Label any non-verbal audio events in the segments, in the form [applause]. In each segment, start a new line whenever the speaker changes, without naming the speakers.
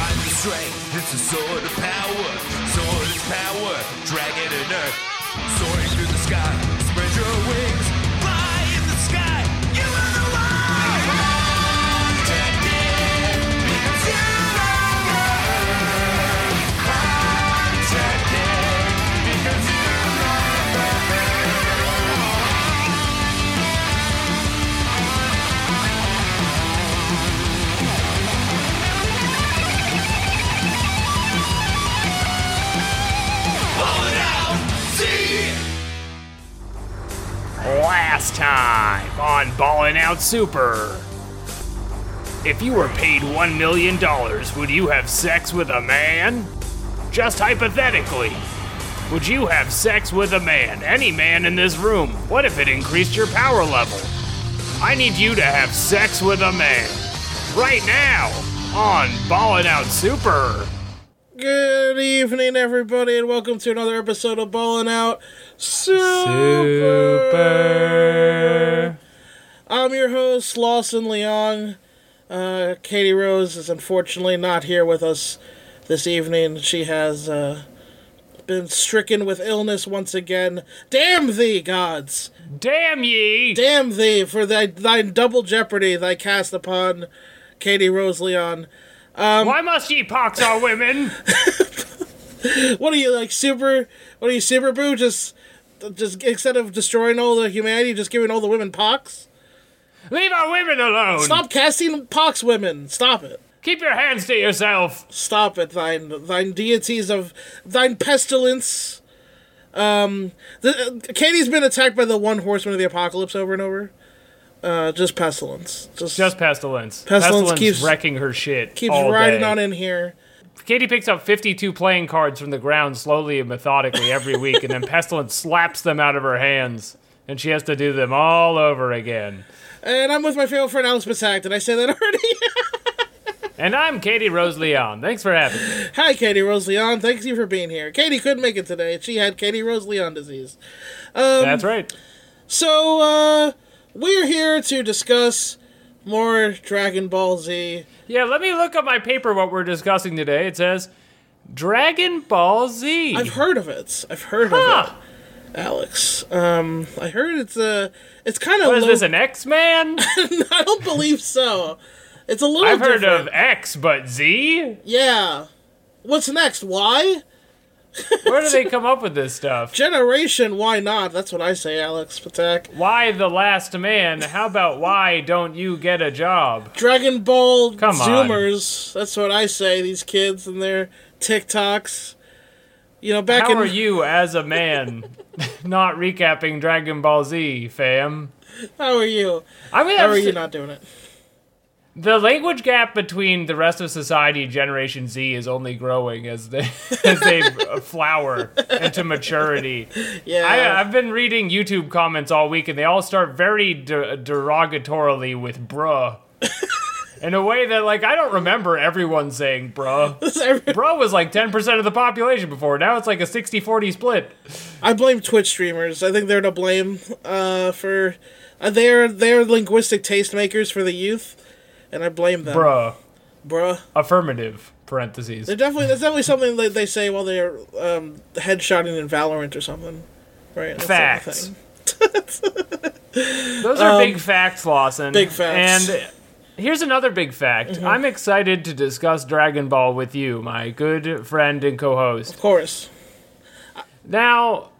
strength. It's a sword of power. Sword is power. Dragon and earth. Soaring through the sky. Spread your wings. Fly in the sky. You are the one. Protected. Means you love Earth. Protected. Because you love Pull it out. See.
Last time on Ballin' Out Super. If you were paid $1 million, would you have sex with a man? Just hypothetically. Would you have sex with a man? Any man in this room? What if it increased your power level? I need you to have sex with a man. Right now on Ballin' Out Super.
Good evening, everybody, and welcome to another episode of Ballin' Out Super. I'm your host, Lawson Leong. Uh, Katie Rose is unfortunately not here with us this evening. She has uh, been stricken with illness once again. Damn thee, gods!
Damn ye!
Damn thee for thy, thy double jeopardy thy cast upon Katie Rose Leon.
Why must ye pox our
[laughs]
women?
What are you like super? What are you super boo? Just, just instead of destroying all the humanity, just giving all the women pox.
Leave our women alone!
Stop casting pox women. Stop it.
Keep your hands to yourself!
Stop it. Thine, thine deities of thine pestilence. Um, the, uh, Katie's been attacked by the one horseman of the apocalypse over and over. Uh, just pestilence. Just,
Just pestilence.
Pestilence
Pestilence
keeps-
wrecking her shit.
keeps
all
riding
day.
on in here.
Katie picks up 52 playing cards from the ground slowly and methodically
[laughs]
every week, and then pestilence slaps them out of her hands, and she has to do them all over again.
And I'm with my favorite friend Alice Batak. Did I say that [laughs] already?
And I'm Katie Rose Leon. Thanks for having me.
Hi, Katie Rose Leon. Thanks you for being here. Katie couldn't make it today. She had Katie Rose Leon disease. Um,
That's right.
So, uh, we're here to discuss more Dragon Ball Z.
Yeah, let me look up my paper what we're discussing today. It says Dragon Ball Z.
I've heard of it. I've heard of
Hmm. Huh.
it, Alex. Um, I heard it's a. It's kind of.
What is
low-
this, an
[laughs]
X-Man?
I don't believe so. It's a little.
I've heard of
different.
X, but Z?
Yeah. What's next? Why?
Where do they come up with this stuff?
Generation? Why not? That's what I say, Alex Patak.
Why the last man? How about why don't you get a job?
Dragon Ball
Come on.
Zoomers. That's what I say. These kids and their TikToks. You know, back
How
in
are you as a
[laughs]
man not recapping Dragon Ball Z, fam?
how are you?
I mean,
How are
that's-
you not doing it?
the language gap between the rest of society and Generation Z is only growing as they [laughs] as they flower into maturity.
Yeah.
I, I've been reading YouTube comments all week, and they all start very de- derogatorily with
[laughs]
"bruh." In a way that, like, I don't remember everyone saying "bruh."
[laughs]
Bro was like 10% of the population before. Now it's like a 60 40 split.
I blame Twitch streamers. I think they're to blame uh, for uh, they're they're linguistic tastemakers for the youth, and I blame them,
Bruh.
Bruh.
Affirmative. Parentheses.
They're definitely that's definitely something that they say while they're um, headshotting in Valorant or something, right? That's like a
Facts. [laughs]
thing.
Those are big facts, Lawson.
Um, big facts. Mm-hmm.
And here's another big fact I'm excited to discuss Dragon Ball with you, my good friend and co host.
Of course. [laughs]
Now,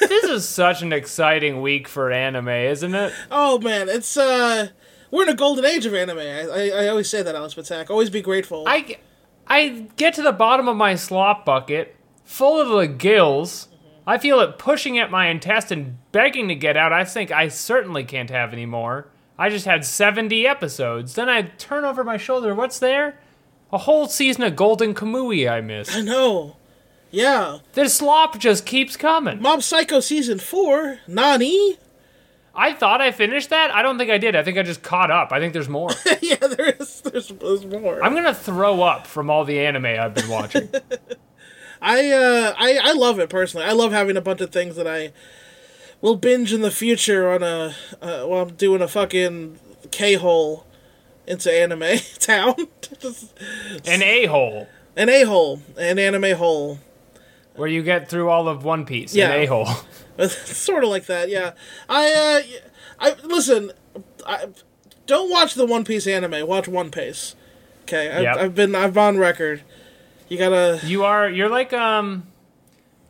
this is such an exciting week for anime, isn't it?
Oh man, it's uh, we're in a golden age of anime. I I, I always say that, Alice Patak. Always be grateful.
I, I get to the bottom of my slop bucket, full of the gills. I feel it pushing at my intestine, begging to get out. I think I certainly can't have any more. I just had 70 episodes. Then I turn over my shoulder. What's there? A whole season of Golden Kamui I missed.
know. Yeah,
This slop just keeps coming.
Mob Psycho season four. Nani? [laughs]
I thought I finished that. I don't think I did. I think I just caught up. I think there's more.
yeah, there is. There's, there's more.
I'm going to throw up from all the anime I've been watching.
I uh I, I love it personally. I love having a bunch of things that I will binge in the future on a uh, while I'm doing a fucking [laughs] k hole into anime town. Just-
An a hole.
An a hole. An anime hole. [laughs]
Where you get through all of One Piece,
Yeah.
an a hole.
sort of like that, yeah. I, uh, I listen. I don't watch the One Piece anime. Watch One Piece. Okay, I've,
Yep.
I've been I've on record. You gotta.
You are you're like um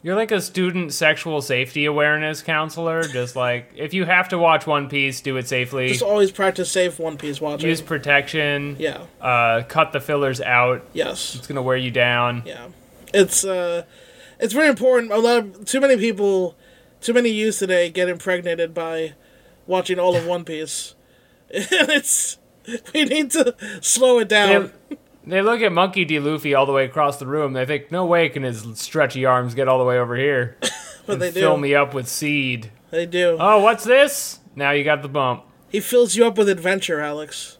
you're like a student sexual safety awareness counselor. Just like if you have to watch One Piece, do it safely.
Just always practice safe One Piece watching.
Use protection.
yeah.
Uh, cut the fillers out.
Yes.
It's gonna wear you down.
Yeah. It's uh, it's very important. A lot of too many people, too many youth today get impregnated by watching all of One Piece, [laughs] and it's we need to slow it down.
They, they look at Monkey D. Luffy all the way across the room. They think, no way can his stretchy arms get all the way over here.
but they
Fill
do.
me up with seed.
They do.
Oh, what's this? Now you got the bump.
He fills you up with adventure, Alex.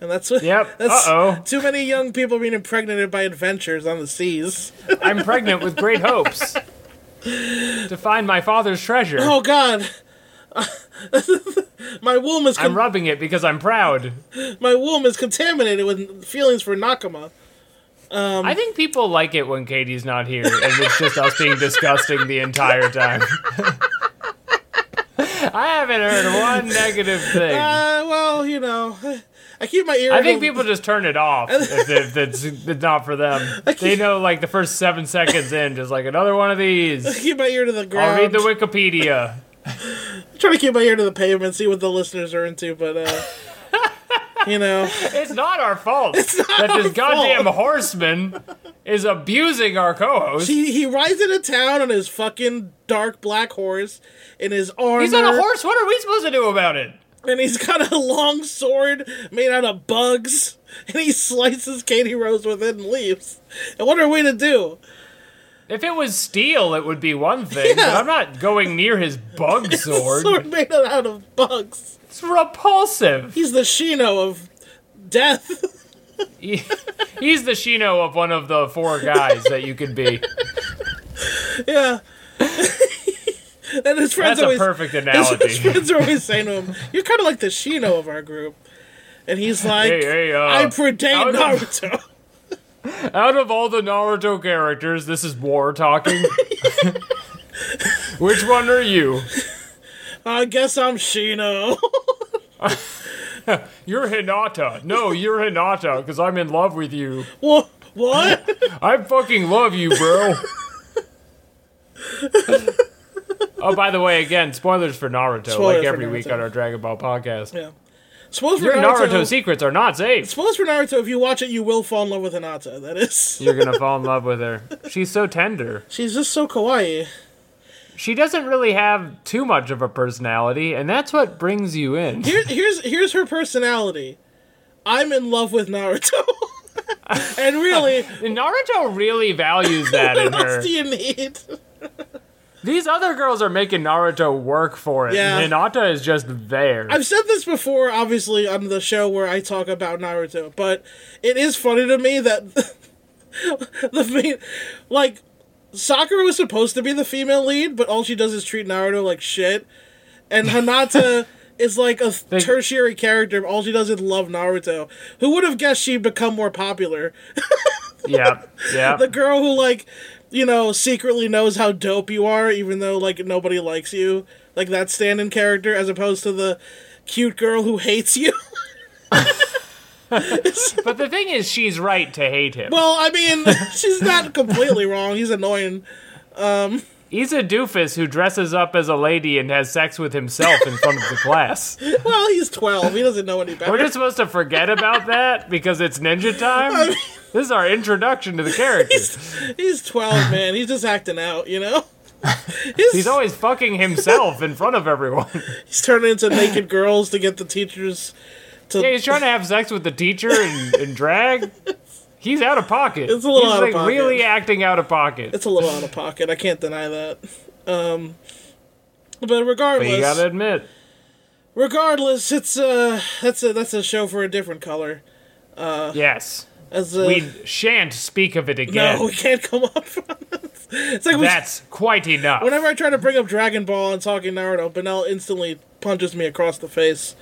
And that's what.
Yep.
[laughs] That's
Uh-oh.
Too many young people being impregnated by adventures on the seas.
I'm pregnant with great hopes
[laughs]
to find my father's treasure.
Oh God. [laughs] my womb is
I'm
con-
rubbing it because I'm proud.
my womb is contaminated with feelings for Nakama.
I think people like it when Katie's not here, and it's just us being disgusting the entire time. [laughs] I haven't heard one negative thing.
Uh, well, you know, I keep my ear.
I think people just turn it off if, if it's, it's not for them. They know like the first seven seconds in, just like another one of these.
keep my ear to the
I'll
ground.
read the Wikipedia.
Try to keep my ear to the pavement, see what the listeners are into,
[laughs]
but uh, you know,
It's not our fault that
our
this goddamn
fault.
horseman is abusing our co-host.
he he rides into town on his fucking dark black horse in his armor.
He's on a horse. What are we supposed to do about it?
and he's got a long sword made out of bugs, [laughs] and he slices Katie Rose with it and leaves. And what are we to do?
If it was steel, it would be one thing, but
Yeah.
I'm not going near his
[laughs]
bug sword.
Sword made out of bugs.
It's repulsive. [laughs]
He's the Shino of death. [laughs]
He- He's the Shino of one of the four guys that you could
[laughs]
be.
yeah. [laughs] and his friends
That's a
always
perfect
[laughs] his
analogy.
friends are always saying to him, "You're kind of like the Shino of our group." And he's like,
Hey, hey, uh,
"I predate
out of-
Naruto." [laughs]
Out of all the Naruto characters, this is War
[laughs]
talking. Which one are you?
I guess I'm Shino. [laughs]
You're Hinata. No, you're Hinata, because I'm in love with you.
what? What?
[laughs] I fucking love you,
[laughs]
bro. oh, by the way, again, spoilers for Naruto,
Spoilers
like
for
every week
Naruto.
on our Dragon Ball podcast.
yeah. Suppose
Your
for
Naruto, secrets are not safe.
Spoilers for Naruto, if you watch it, you will fall in love with Hinata. That is.
You're gonna fall in love with her. She's so tender.
She's just so kawaii.
She doesn't really have too much of a personality, and that's what brings you
[laughs]
in.
Here, here's here's her personality. I'm in love with Naruto. [laughs] and really,
And Naruto really values that in
[laughs] what
her.
else do you need?
These other girls are making Naruto work for it.
Yeah.
and Hinata is just there.
I've said this before, obviously, on the show where I talk about Naruto, but it is funny to me that [laughs] the main, like, Sakura was supposed to be the female lead, but all she does is treat Naruto like shit, and Hanata is like a tertiary character. All she does is love Naruto. Who would have guessed she'd become more popular?
yep,
[laughs]
yep.
The girl who like, you know, secretly knows how dope you are, even though like nobody likes you, like that stand-in character, as opposed to the cute girl who hates you. [laughs]
But the thing is, she's right to hate him.
Well, I mean, [laughs] she's not completely wrong. He's annoying.
He's a doofus who dresses up as a lady and has sex with himself in front of the
[laughs]
class.
Well, he's twelve. He doesn't know any
We're
better. [laughs]
just supposed to forget about that because it's ninja time. This is our introduction to the character.
He's twelve, man. He's just acting out,
[laughs]
you know. He's,
He's always fucking himself in front of
[laughs]
everyone.
he's turning into naked girls to get the teachers.
Yeah, he's trying to have sex with the teacher and, and drag. He's out of pocket.
It's a little
he's
out of
like
pocket.
really acting out of pocket.
It's a little out of pocket. I can't deny that. Um, but
But
regardless,
you gotta admit,
regardless, it's uh that's a that's a show for a different color.
yes,
As a,
we shan't speak of it again.
no, we can't come [laughs] up. from it. It's like we,
That's quite enough.
whenever I try to bring up Dragon Ball and talking Naruto, Benel instantly punches me across the face.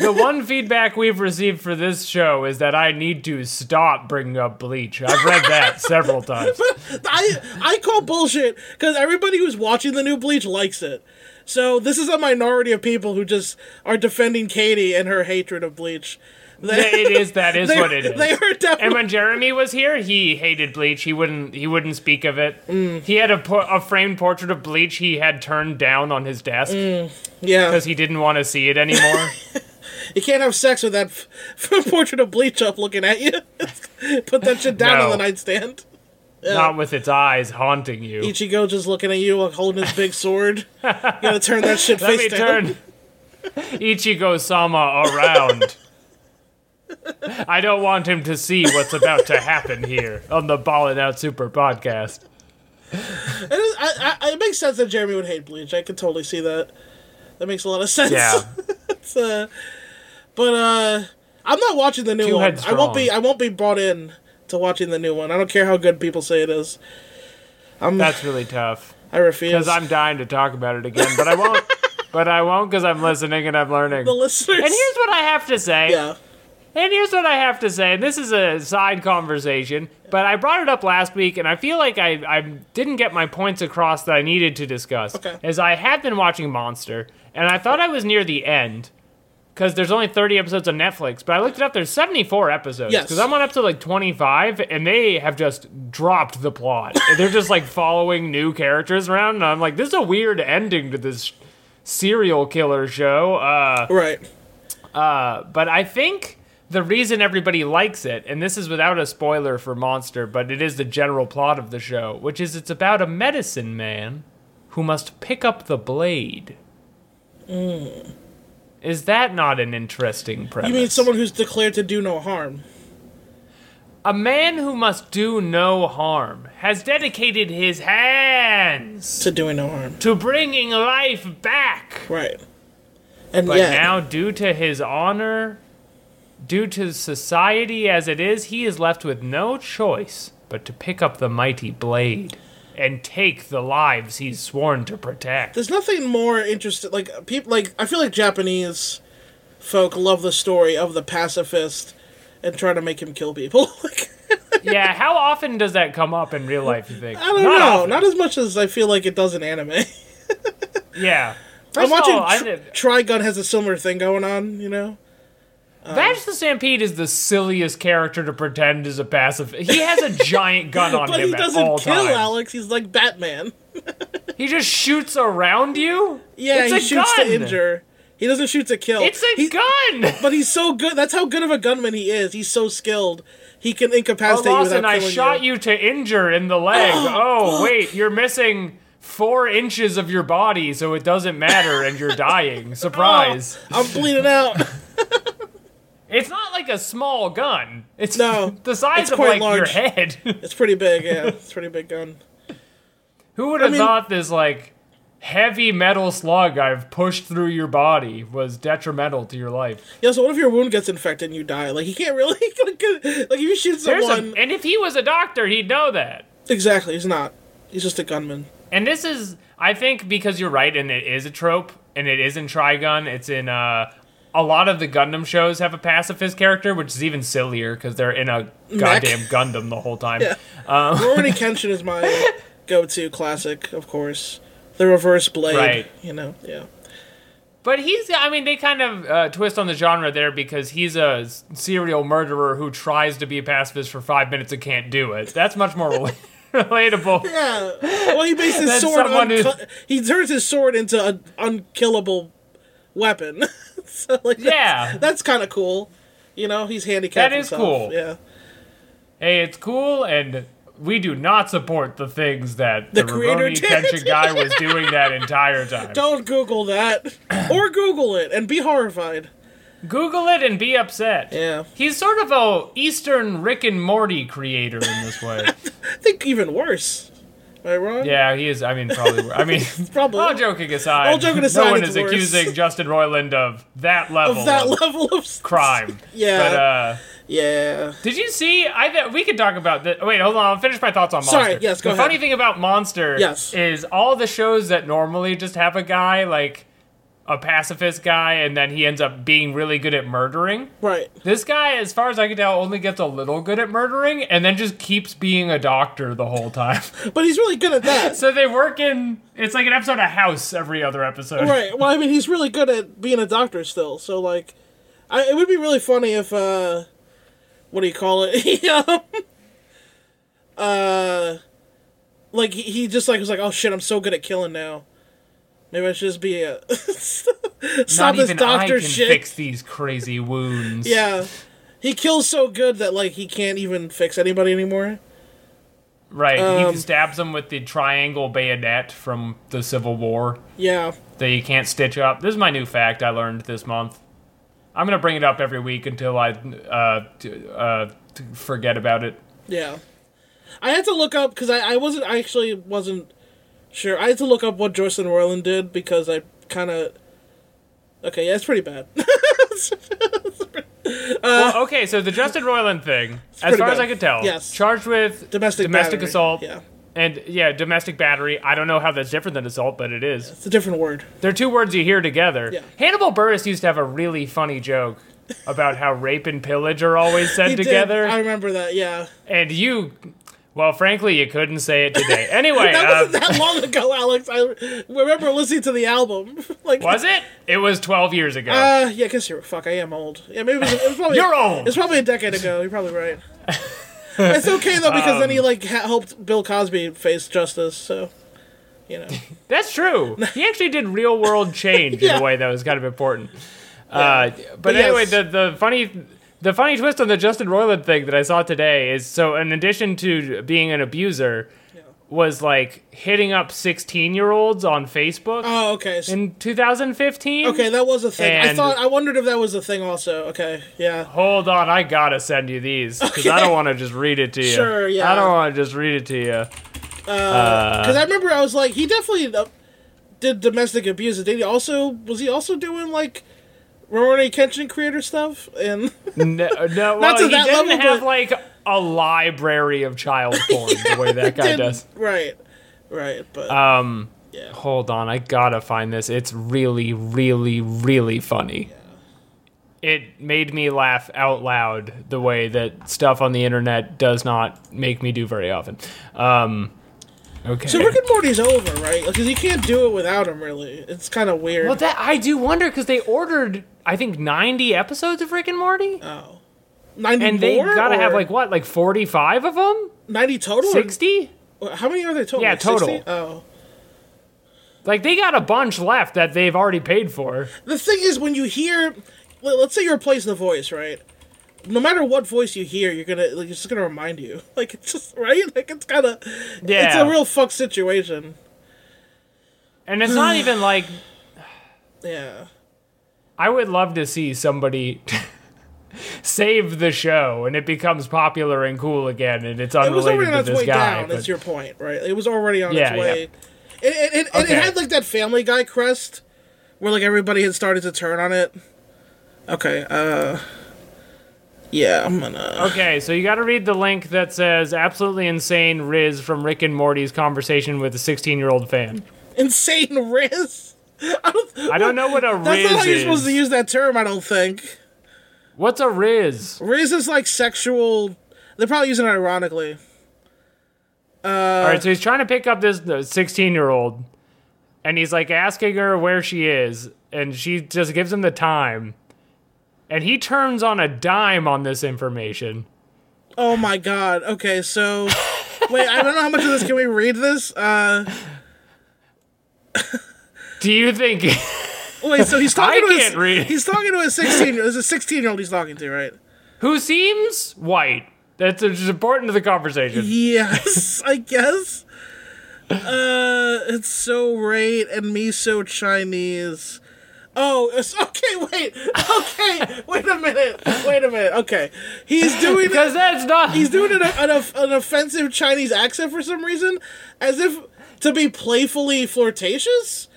The one feedback we've received for this show is that I need to stop bringing up bleach. I've read
[laughs]
that several times.
I I call bullshit because everybody who's watching the new Bleach likes it. So this is a minority of people who just are defending Katie and her hatred of Bleach. They,
It is that is
they,
what it is.
They are
And
definitely.
when Jeremy was here, he hated bleach. He wouldn't. He wouldn't speak of it.
Mm.
He had a, por- a framed portrait of bleach he had turned down on his desk
Mm.
because
yeah,
he didn't want to see it anymore.
[laughs] you can't have sex with that f- [laughs] f- portrait of Bleach up looking at you. [laughs] Put that shit down on
No.
the nightstand.
Not with its eyes haunting you.
Ichigo just looking at you, like, holding his
[laughs]
big sword. You gotta turn that shit
Let
face
me [laughs]
down.
turn Ichigo Sama around. I don't want him to see what's about to happen here on the Ballin' Out Super podcast.
It, is, I, I, it makes sense that Jeremy would hate Bleach. I could totally see that. That makes a lot of [laughs] sense.
Yeah.
It's, uh, but uh, I'm not watching the new
Two
one.
heads
I won't be.
strong.
I won't be brought in to watching the new one. I don't care how good people say it is. I'm.
That's really tough
I refuse.
because I'm dying to talk about it again, but I won't. but I won't because I'm listening and I'm learning.
[laughs] the listeners.
And [laughs] here's what I have to say.
yeah.
And here's what I have to say. And this is a side conversation, but I brought it up last week, and I feel like I, I didn't get my points across that I needed to discuss.
Okay.
As I had been watching Monster, and I thought I was near the end. Because there's only 30 episodes on Netflix, but I looked it up. There's 74 episodes.
Yes.
Because I'm on episode like 25, and they have just dropped the plot. [laughs] They're just like following new characters around, and I'm like, this is a weird ending to this serial killer show. Uh,
Right.
but I think the reason everybody likes it, and this is without a spoiler for Monster, but it is the general plot of the show, which is it's about a medicine man who must pick up the blade. Is that not an interesting premise?
Mm. You mean someone who's declared to do no harm?
A man who must do no harm has dedicated his hands
To doing no harm.
to bringing life back.
Right. And
But
yeah.
now, due to his honor, due to society as it is, he is left with no choice but to pick up the mighty blade and take the lives he's sworn to protect.
[laughs] there's nothing more interesting like people like i feel like japanese folk love the story of the pacifist and try to make him kill people [laughs] like
yeah, how often does that come up in real life, you think?
i don't
Not
know
often.
not as much as i feel like it does in anime [laughs]
yeah.
i'm
First
watching
of all, I
Tri-
did-
trigun has a similar thing going on you know um,
Vash the Stampede is the silliest character to pretend is a passive. He has a giant gun on
[laughs] but
him
he
at all
doesn't kill
times.
alex he's like batman
He just shoots around you.
yeah
It's
he
a
shoots
gun!
to injure he doesn't shoot to kill
It's a
He- [laughs]
gun.
but he's so good that's how good of a gunman he is he's so skilled he can incapacitate
Oh,
you
Lawson,
without
I
killing
shot you. to injure in the leg. oh, wait, you're missing four inches of your body, so it doesn't matter, and you're dying. Surprise!
i'm bleeding out [laughs]
It's not like a small gun. It's
No,
[laughs] the size
it's
of like
quite
your
large.
head. [laughs]
it's pretty big yeah it's a pretty big gun
Who would have
mean-
thought this like heavy metal slug I've pushed through your body was detrimental to your life?
Yeah, so what if your wound gets infected and you die? Like, he can't really. [laughs] Like, if you shoot
There's a,
someone.
and if he was a doctor, he'd know that.
Exactly, he's not. He's just a gunman.
And this is, I think, because you're right, and it is a trope, and it is in Trigun. It's in uh, a lot of the Gundam shows have a pacifist character, which is even sillier because they're in a goddamn Gundam the whole time.
[laughs] Yeah.
[laughs]
Rurouni Kenshin is my go to classic, of course. The reverse blade.
Right.
You know, yeah.
But he's, I mean, they kind of uh, twist on the genre there because he's a s- serial murderer who tries to be a pacifist for five minutes and can't do it. That's much more [laughs] rela- relatable.
Yeah. Well, he makes his
That's
sword.
someone who's-
Uncu- he turns his sword into an unkillable weapon. [laughs] so, like, that's,
Yeah.
That's kind of cool. You know, he's handicapped.
That is
himself.
cool.
Yeah.
hey, it's cool, and we do not support the things that
The
the, the
creator
Rurouni
did.
Kenshin guy was doing that
[laughs]
entire time.
Don't
[clears throat]
Google that. or Google it and be horrified.
Google it and be upset.
Yeah.
He's sort of a Eastern Rick and Morty creator in this
[laughs]
way.
I think even worse. Am I wrong?
yeah, he is. I mean, probably. I mean,
[laughs] Probably.
all joking aside,
All joking aside,
no one
it's
is
worse.
accusing Justin Roiland of that level
of that [laughs] level of
crime.
[laughs] Yeah.
But uh,
Yeah.
did you see? I bet we could talk about that. Wait, hold on. I'll finish my thoughts on Monster.
Sorry, yes, go
the
ahead.
funny thing about Monster
Yes.
is all the shows that normally just have a guy like a pacifist guy and then he ends up being really good at murdering.
Right.
This guy, as far as I can tell, only gets a little good at murdering and then just keeps being a doctor the whole time. [laughs]
But he's really good at that.
so they work in it's like an episode of House every other episode.
right. Well, I mean, he's really good at being a doctor still. So, like, I, it would be really funny if, uh, what do you call it? [laughs] um, uh, like, he, he just, like, was like, oh shit, I'm so good at killing now. Maybe I should just be a. [laughs] Stop
Not
this
even
doctor
I can
shit.
fix these crazy wounds.
Yeah. He kills so good that, like, he can't even fix anybody anymore.
Right.
Um,
he stabs him with the triangle bayonet from the Civil War
Yeah.
that you can't stitch up. This is my new fact I learned this month. I'm going to bring it up every week until I uh, t- uh, t- forget about it.
Yeah. I had to look up because I, I wasn't I actually wasn't sure. I had to look up what Joycelyn Roiland did because I kind of. Okay, yeah, it's pretty bad. [laughs]
Well, okay, so the Justin Roiland thing, as
pretty
far as
bad.
I could tell,
Yes.
charged with
domestic
domestic
battery.
assault
Yeah,
and, yeah, domestic battery. I don't know how that's different than assault, but it is.
it's a different word.
They're two words you hear together.
Yeah.
Hannibal Burris used to have a really funny joke about how rape and pillage are always said
[laughs] He did-
together.
I remember that. Yeah,
And you, well, frankly, you couldn't say it today. Anyway,
[laughs] that
uh,
wasn't
[laughs]
that long ago, Alex. I remember listening to the album. [laughs] like
was it? It was 12 years ago.
Uh, yeah, I guess you're fuck. I am old. Yeah, maybe it was, it was probably
You're old!
It's probably a decade ago. You're
[laughs]
probably right. it's okay though because then
Um,
he like ha- helped Bill Cosby face justice. So, you know.
That's true. He actually did real
[laughs]
world change in
Yeah.
a way that was kind of important. Uh, but,
But
anyway,
yes.
the, the funny. The funny twist on the Justin Roiland thing that I saw today is so, in addition to being an abuser, was like hitting up 16 year olds on Facebook
Oh, okay. So-
in 2015.
Okay, that was a thing. I
And-
thought I wondered if that was a thing also. Okay, yeah.
Hold on, I gotta send you these because I don't want to just read it to you.
Sure, yeah.
I don't want to just read it to you. Uh,
Because I remember I was like, he definitely uh, did domestic abuse. Did he also was he also doing like Rory Kenshin creator stuff?
[laughs]
And
No,
[laughs]
no well,
to
he
that
didn't
level,
have
but-
like a library of child porn the
[laughs]
way that guy
did-
does. Uh,
Right, right. But
Hold on, I gotta find this. It's really, really, really funny. It made me laugh out loud the way that stuff on the internet does not make me do very often. Um, okay.
so Rick and Morty's over, right? Because you can't do it without him. Really, it's kind of weird.
Well, that I do wonder because they ordered, I think, ninety episodes of Rick and Morty,
ninety
and they
Um, more,
gotta have
or
like what, like forty-five of them,
ninety total. or-
sixty.
How many are there total?
Yeah,
Like 60?
total.
Oh,
Like they got a bunch left that they've already paid for.
the thing is when you hear let- let's say you're replacing the voice right no matter what voice you hear you're gonna like it's just gonna remind you [laughs] like it's just right like it's kind of
Yeah,
it's a real fuck situation
and it's
[sighs]
not even like
yeah
I would love to see somebody. [laughs] Save the show, and it becomes popular and cool again, and it's
it
unrelated
was already on
to
its
this
way
guy.
down
but-
is your point right it was already on
Yeah,
its way It, it, it, and
Okay.
it had like that family guy crest where like everybody had started to turn on it okay uh yeah i'm gonna [laughs]
Okay, so you got to read the link that says "Absolutely Insane Riz" from Rick and Morty's conversation with a 16-year-old fan.
insane riz I don't,
I don't know what a riz
[laughs] that's not how you're
is.
supposed to use that term i don't think
What's a riz?
Riz is like sexual. They're probably using it ironically. Uh,
All right, so he's trying to pick up this 16 year old, and he's like asking her where she is, and she just gives him the time. And he turns on a dime on this information.
Oh my god. Okay, so wait, I don't know how much of this can we read this? Uh
Do you think?
wait, so he's talking
[laughs] I
to
can't
his,
read.
He's talking to a 16 there's a 16-year-old he's talking to, right?
who seems white? That's just important to the conversation.
Yes, I guess. Uh it's so great and me so Chinese. Oh, it's, okay, wait. Okay, wait a minute. Wait a minute. Okay. He's
[laughs]
doing it.
Because that's not.
He's doing an, an, off- an offensive Chinese accent for some reason, as if to be playfully flirtatious.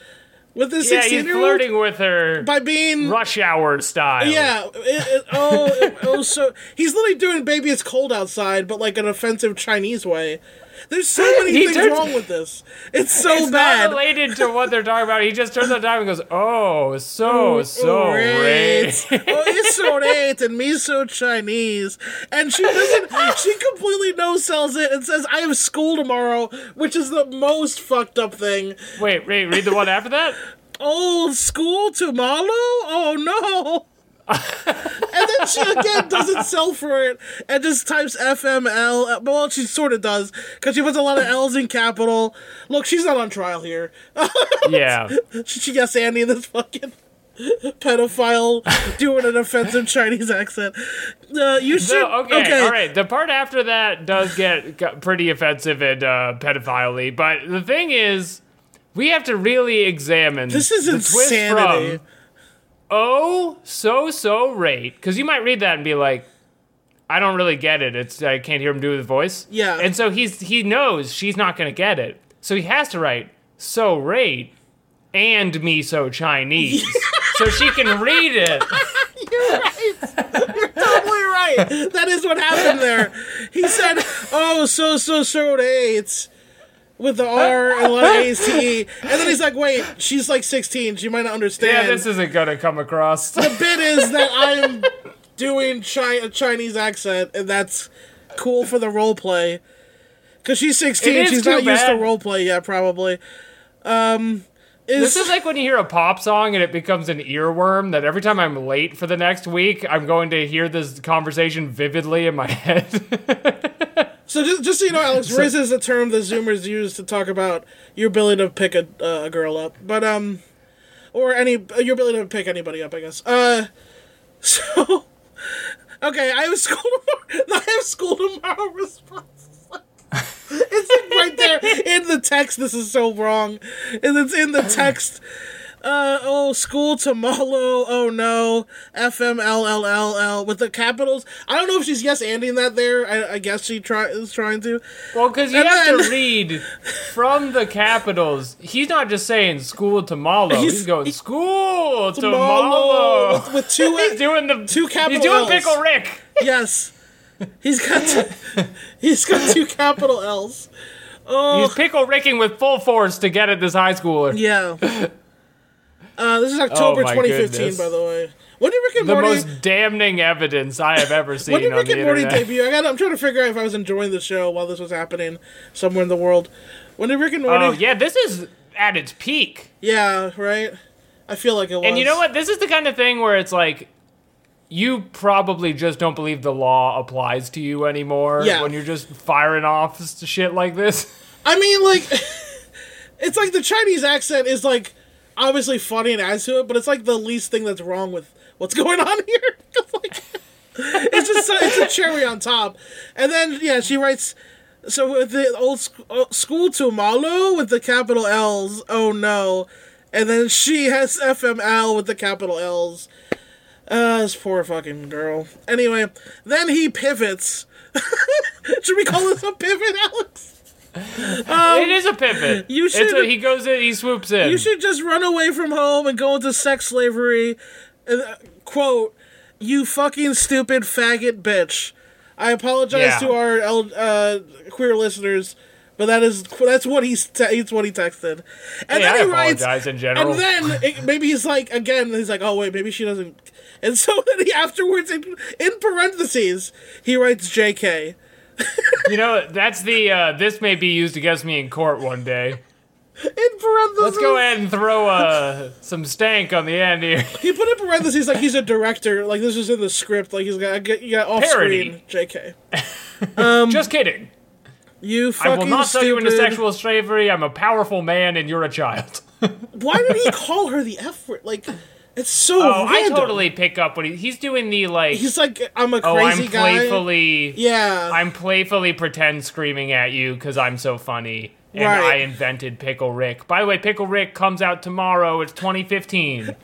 with this
Yeah, he's
16 year old
flirting with her
by being
rush hour style.
yeah it- it- oh it- oh so he's literally doing baby it's cold outside but like an offensive chinese way there's so many
[laughs] He
things
turns-
wrong with this it's so
It's not
bad
related to what they're talking about. He just turns on time and goes, "Oh, so so
Right.
great."
[laughs] oh, it's so late and me so Chinese. And she doesn't, she completely no sells it and says, I have school tomorrow, which is the most fucked up thing.
[laughs] Wait, wait, read the one after
[laughs]
that.
Oh, school tomorrow? Oh no. and then she again doesn't sell for it and just types FML. Well, she sort of does because she puts a lot of L's in capital. Look, she's not on trial here.
Yeah,
Should she guess Andy this fucking pedophile doing an offensive Chinese accent? Uh, you should.
So, okay, all right. The part after that does get g- pretty offensive and uh, pedophile but the thing is, we have to really examine
This is
the
insanity.
twist from oh so so rate because you might read that and be like. I don't really get it. It's I can't hear him do the voice.
Yeah.
And so he's he knows she's not gonna get it. So he has to write so rate and me so
[laughs]
Chinese. so she can read it.
Totally right. That is what happened there. He said, "Oh, so so so eight with the R and a lot of A's T." And then he's like, "Wait, she's like 16. She might not understand."
Yeah, this isn't gonna come across.
the bit is that I'm doing chi- a Chinese accent, and that's cool for the role play. Because she's 16,
It is
she's
too
not used to
bad.
role play yet, probably. Um, is,
This is like when you hear a pop song and it becomes an earworm that every time I'm late for the next week, I'm going to hear this conversation vividly in my [laughs] head.
so just, just so you know, Alex, Riz is a term the Zoomers use to talk about your ability to pick a, uh, a girl up, but um, or any your ability to pick anybody up, I guess. Uh, [laughs] so okay, I have school tomorrow. [laughs] I have school tomorrow. Response. [laughs] It's like right there in the text. This is so wrong, and it's in the text. Uh, oh, school tomorrow. Oh no, F M L L L L with the capitals. I don't know if she's yes anding that there. I, I guess she try is trying to.
well, because you
And
have
then-
to read from the capitals. He's not just saying school tomorrow. He's,
He's-
going school
Tomorrow
tomorrow.
with, with two.
[laughs] He's doing the
two capital
He's doing
Ls.
pickle Rick.
yes, he's got two, he's got two capital L's. Oh,
He's pickle Ricking with full force to get at this high schooler.
Yeah. Uh, this is October
Oh my
2015,
goodness.
by the way. When did Rick and
The
Morty?
most damning evidence I have ever seen
When did
on
Rick
the
and Morty
internet.
debut? I got. I'm trying to figure out if I was enjoying the show while this was happening somewhere in the world. When did Rick and Morty?
Oh yeah, this is at its peak.
yeah. right. I feel like it was.
And you know what? This is the kind of thing where it's like you probably just don't believe the law applies to you anymore
Yeah.
when you're just firing off s- shit like this.
I mean, like, [laughs] it's like the Chinese accent is like obviously funny and adds to it, but it's like the least thing that's wrong with what's [laughs] going on here. 'Cause, like, [laughs] it's just so- it's a cherry on top, and then yeah, she writes. So with the old sc- uh, school to Malu with the capital L's. Oh no. And then she has FML with the capital L's. Uh, this poor fucking girl. Anyway, then he pivots. [laughs] Should we call this a pivot, Alex?
it is a pivot.
Um, you
It's
should-
a- he goes in. He swoops in.
You should just run away from home and go into sex slavery. And, uh, quote, you fucking stupid faggot bitch. I apologize
Yeah.
to our el- uh, queer listeners, but that is that's what he's te- it's what he texted. And
Hey, I
he writes-
apologize in general.
And then it, maybe he's like again. He's like, oh wait, maybe she doesn't. And so then he afterwards in, in parentheses he writes J.K.
You know that's the. Uh, this may be used against me in court one day.
in parentheses.
Let's go ahead and throw uh, some stank on the end here.
He put in parentheses like he's a director, like this is in the script, like he's got you got off screen.
Parody.
Jk,
just kidding. I
you Um, fucking
will not
stupid.
sell you into sexual slavery. I'm a powerful man, and you're a child.
Why did he call her the F word? Like, it's so.
[laughs] Oh, I
random.
totally pick up what he, he's doing. The like,
He's like, I'm a
oh,
crazy
I'm
guy.
playfully.
yeah,
I'm playfully pretend screaming at you because I'm so funny. And
Right.
I invented Pickle Rick. By the way, Pickle Rick comes out tomorrow. It's
[laughs]
2015.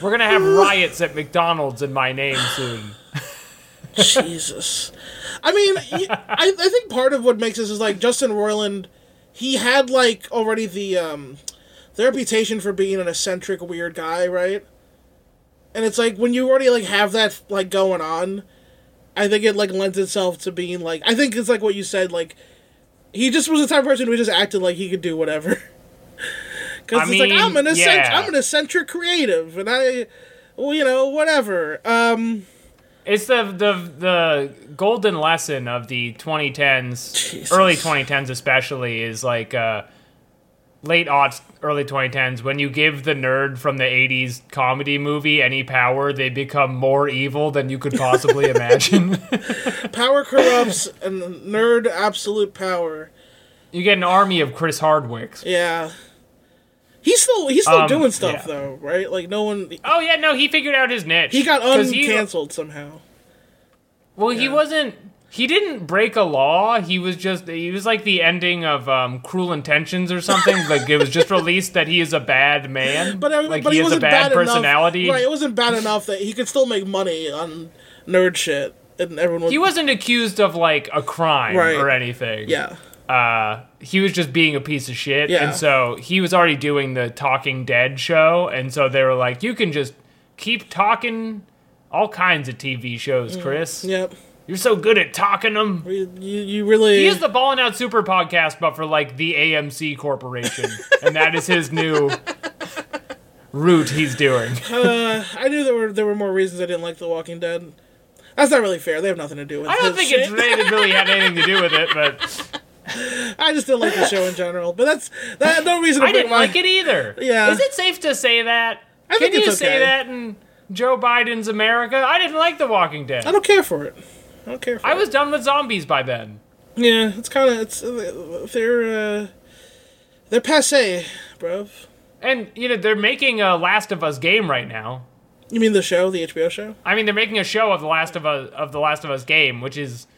We're going to have riots at McDonald's in my name soon.
Jesus. I mean, y- I, I think part of what makes this is like Justin Roiland. He had like already the um, the reputation for being an eccentric weird guy, right? And it's like when you already like have that like going on, I think it like lends itself to being like I think it's like what you said like he just was the type of person who just acted like he could do whatever. [laughs] Cuz
I
it's like
mean,
I'm an eccentric
yeah.
I'm an eccentric creative and I well, you know, whatever. Um
It's the the the golden lesson of the 2010s, early 2010s especially is like uh, late aughts, early 2010s. When you give the nerd from the 80s comedy movie any power, they become more evil than you could
[laughs]
possibly imagine.
power corrupts and nerd absolute power.
you get an army of Chris Hardwicks.
Yeah. He's still he's still
Um,
doing stuff
yeah.
though, right? Like no one
Oh yeah, no, he figured out his niche.
he got
'Cause he-
uncanceled somehow.
Well, he wasn't. He didn't break a law. He was just. He was like the ending of um, Cruel Intentions or something. like it was just released that he is a bad man.
[laughs] But, I,
like
but
he,
he,
has
wasn't
a bad, personality.
Enough, right, it wasn't bad enough that he could still make money on nerd shit, and everyone. Was,
He wasn't accused of like a crime
Right.
or anything.
yeah,
Uh, he was just being a piece of shit.
Yeah.
And so he was already doing the Talking Dead show, and so they were like, "You can just keep talking." All kinds of TV shows,
Mm.
Chris.
yep.
You're so good at talking them.
You, you, you really.
He is the Ballin' Out Super podcast, but for like the AMC Corporation, and that is his new route he's doing.
I knew there were there were more reasons I didn't like The Walking Dead. That's not really fair. They have nothing to do with.
I don't
this
think it
shit.
really, really had anything to do with it, but
I just didn't like the show in general. But that's that. No reason. To
[laughs] I
pick
didn't
my-
like it either.
Yeah.
is it safe to say that?
I think
Can you
it's okay.
say that in Joe Biden's America? I didn't like The Walking Dead.
I don't care for it. I don't care. For
I
it.
was done with zombies by then.
Yeah, it's kind of it's uh, they're uh, they're passe, bruv.
And you know they're making a Last of Us game right now.
You mean the show, the HBO show?
I mean, they're making a show of the Last of Us of the Last of Us game, which is,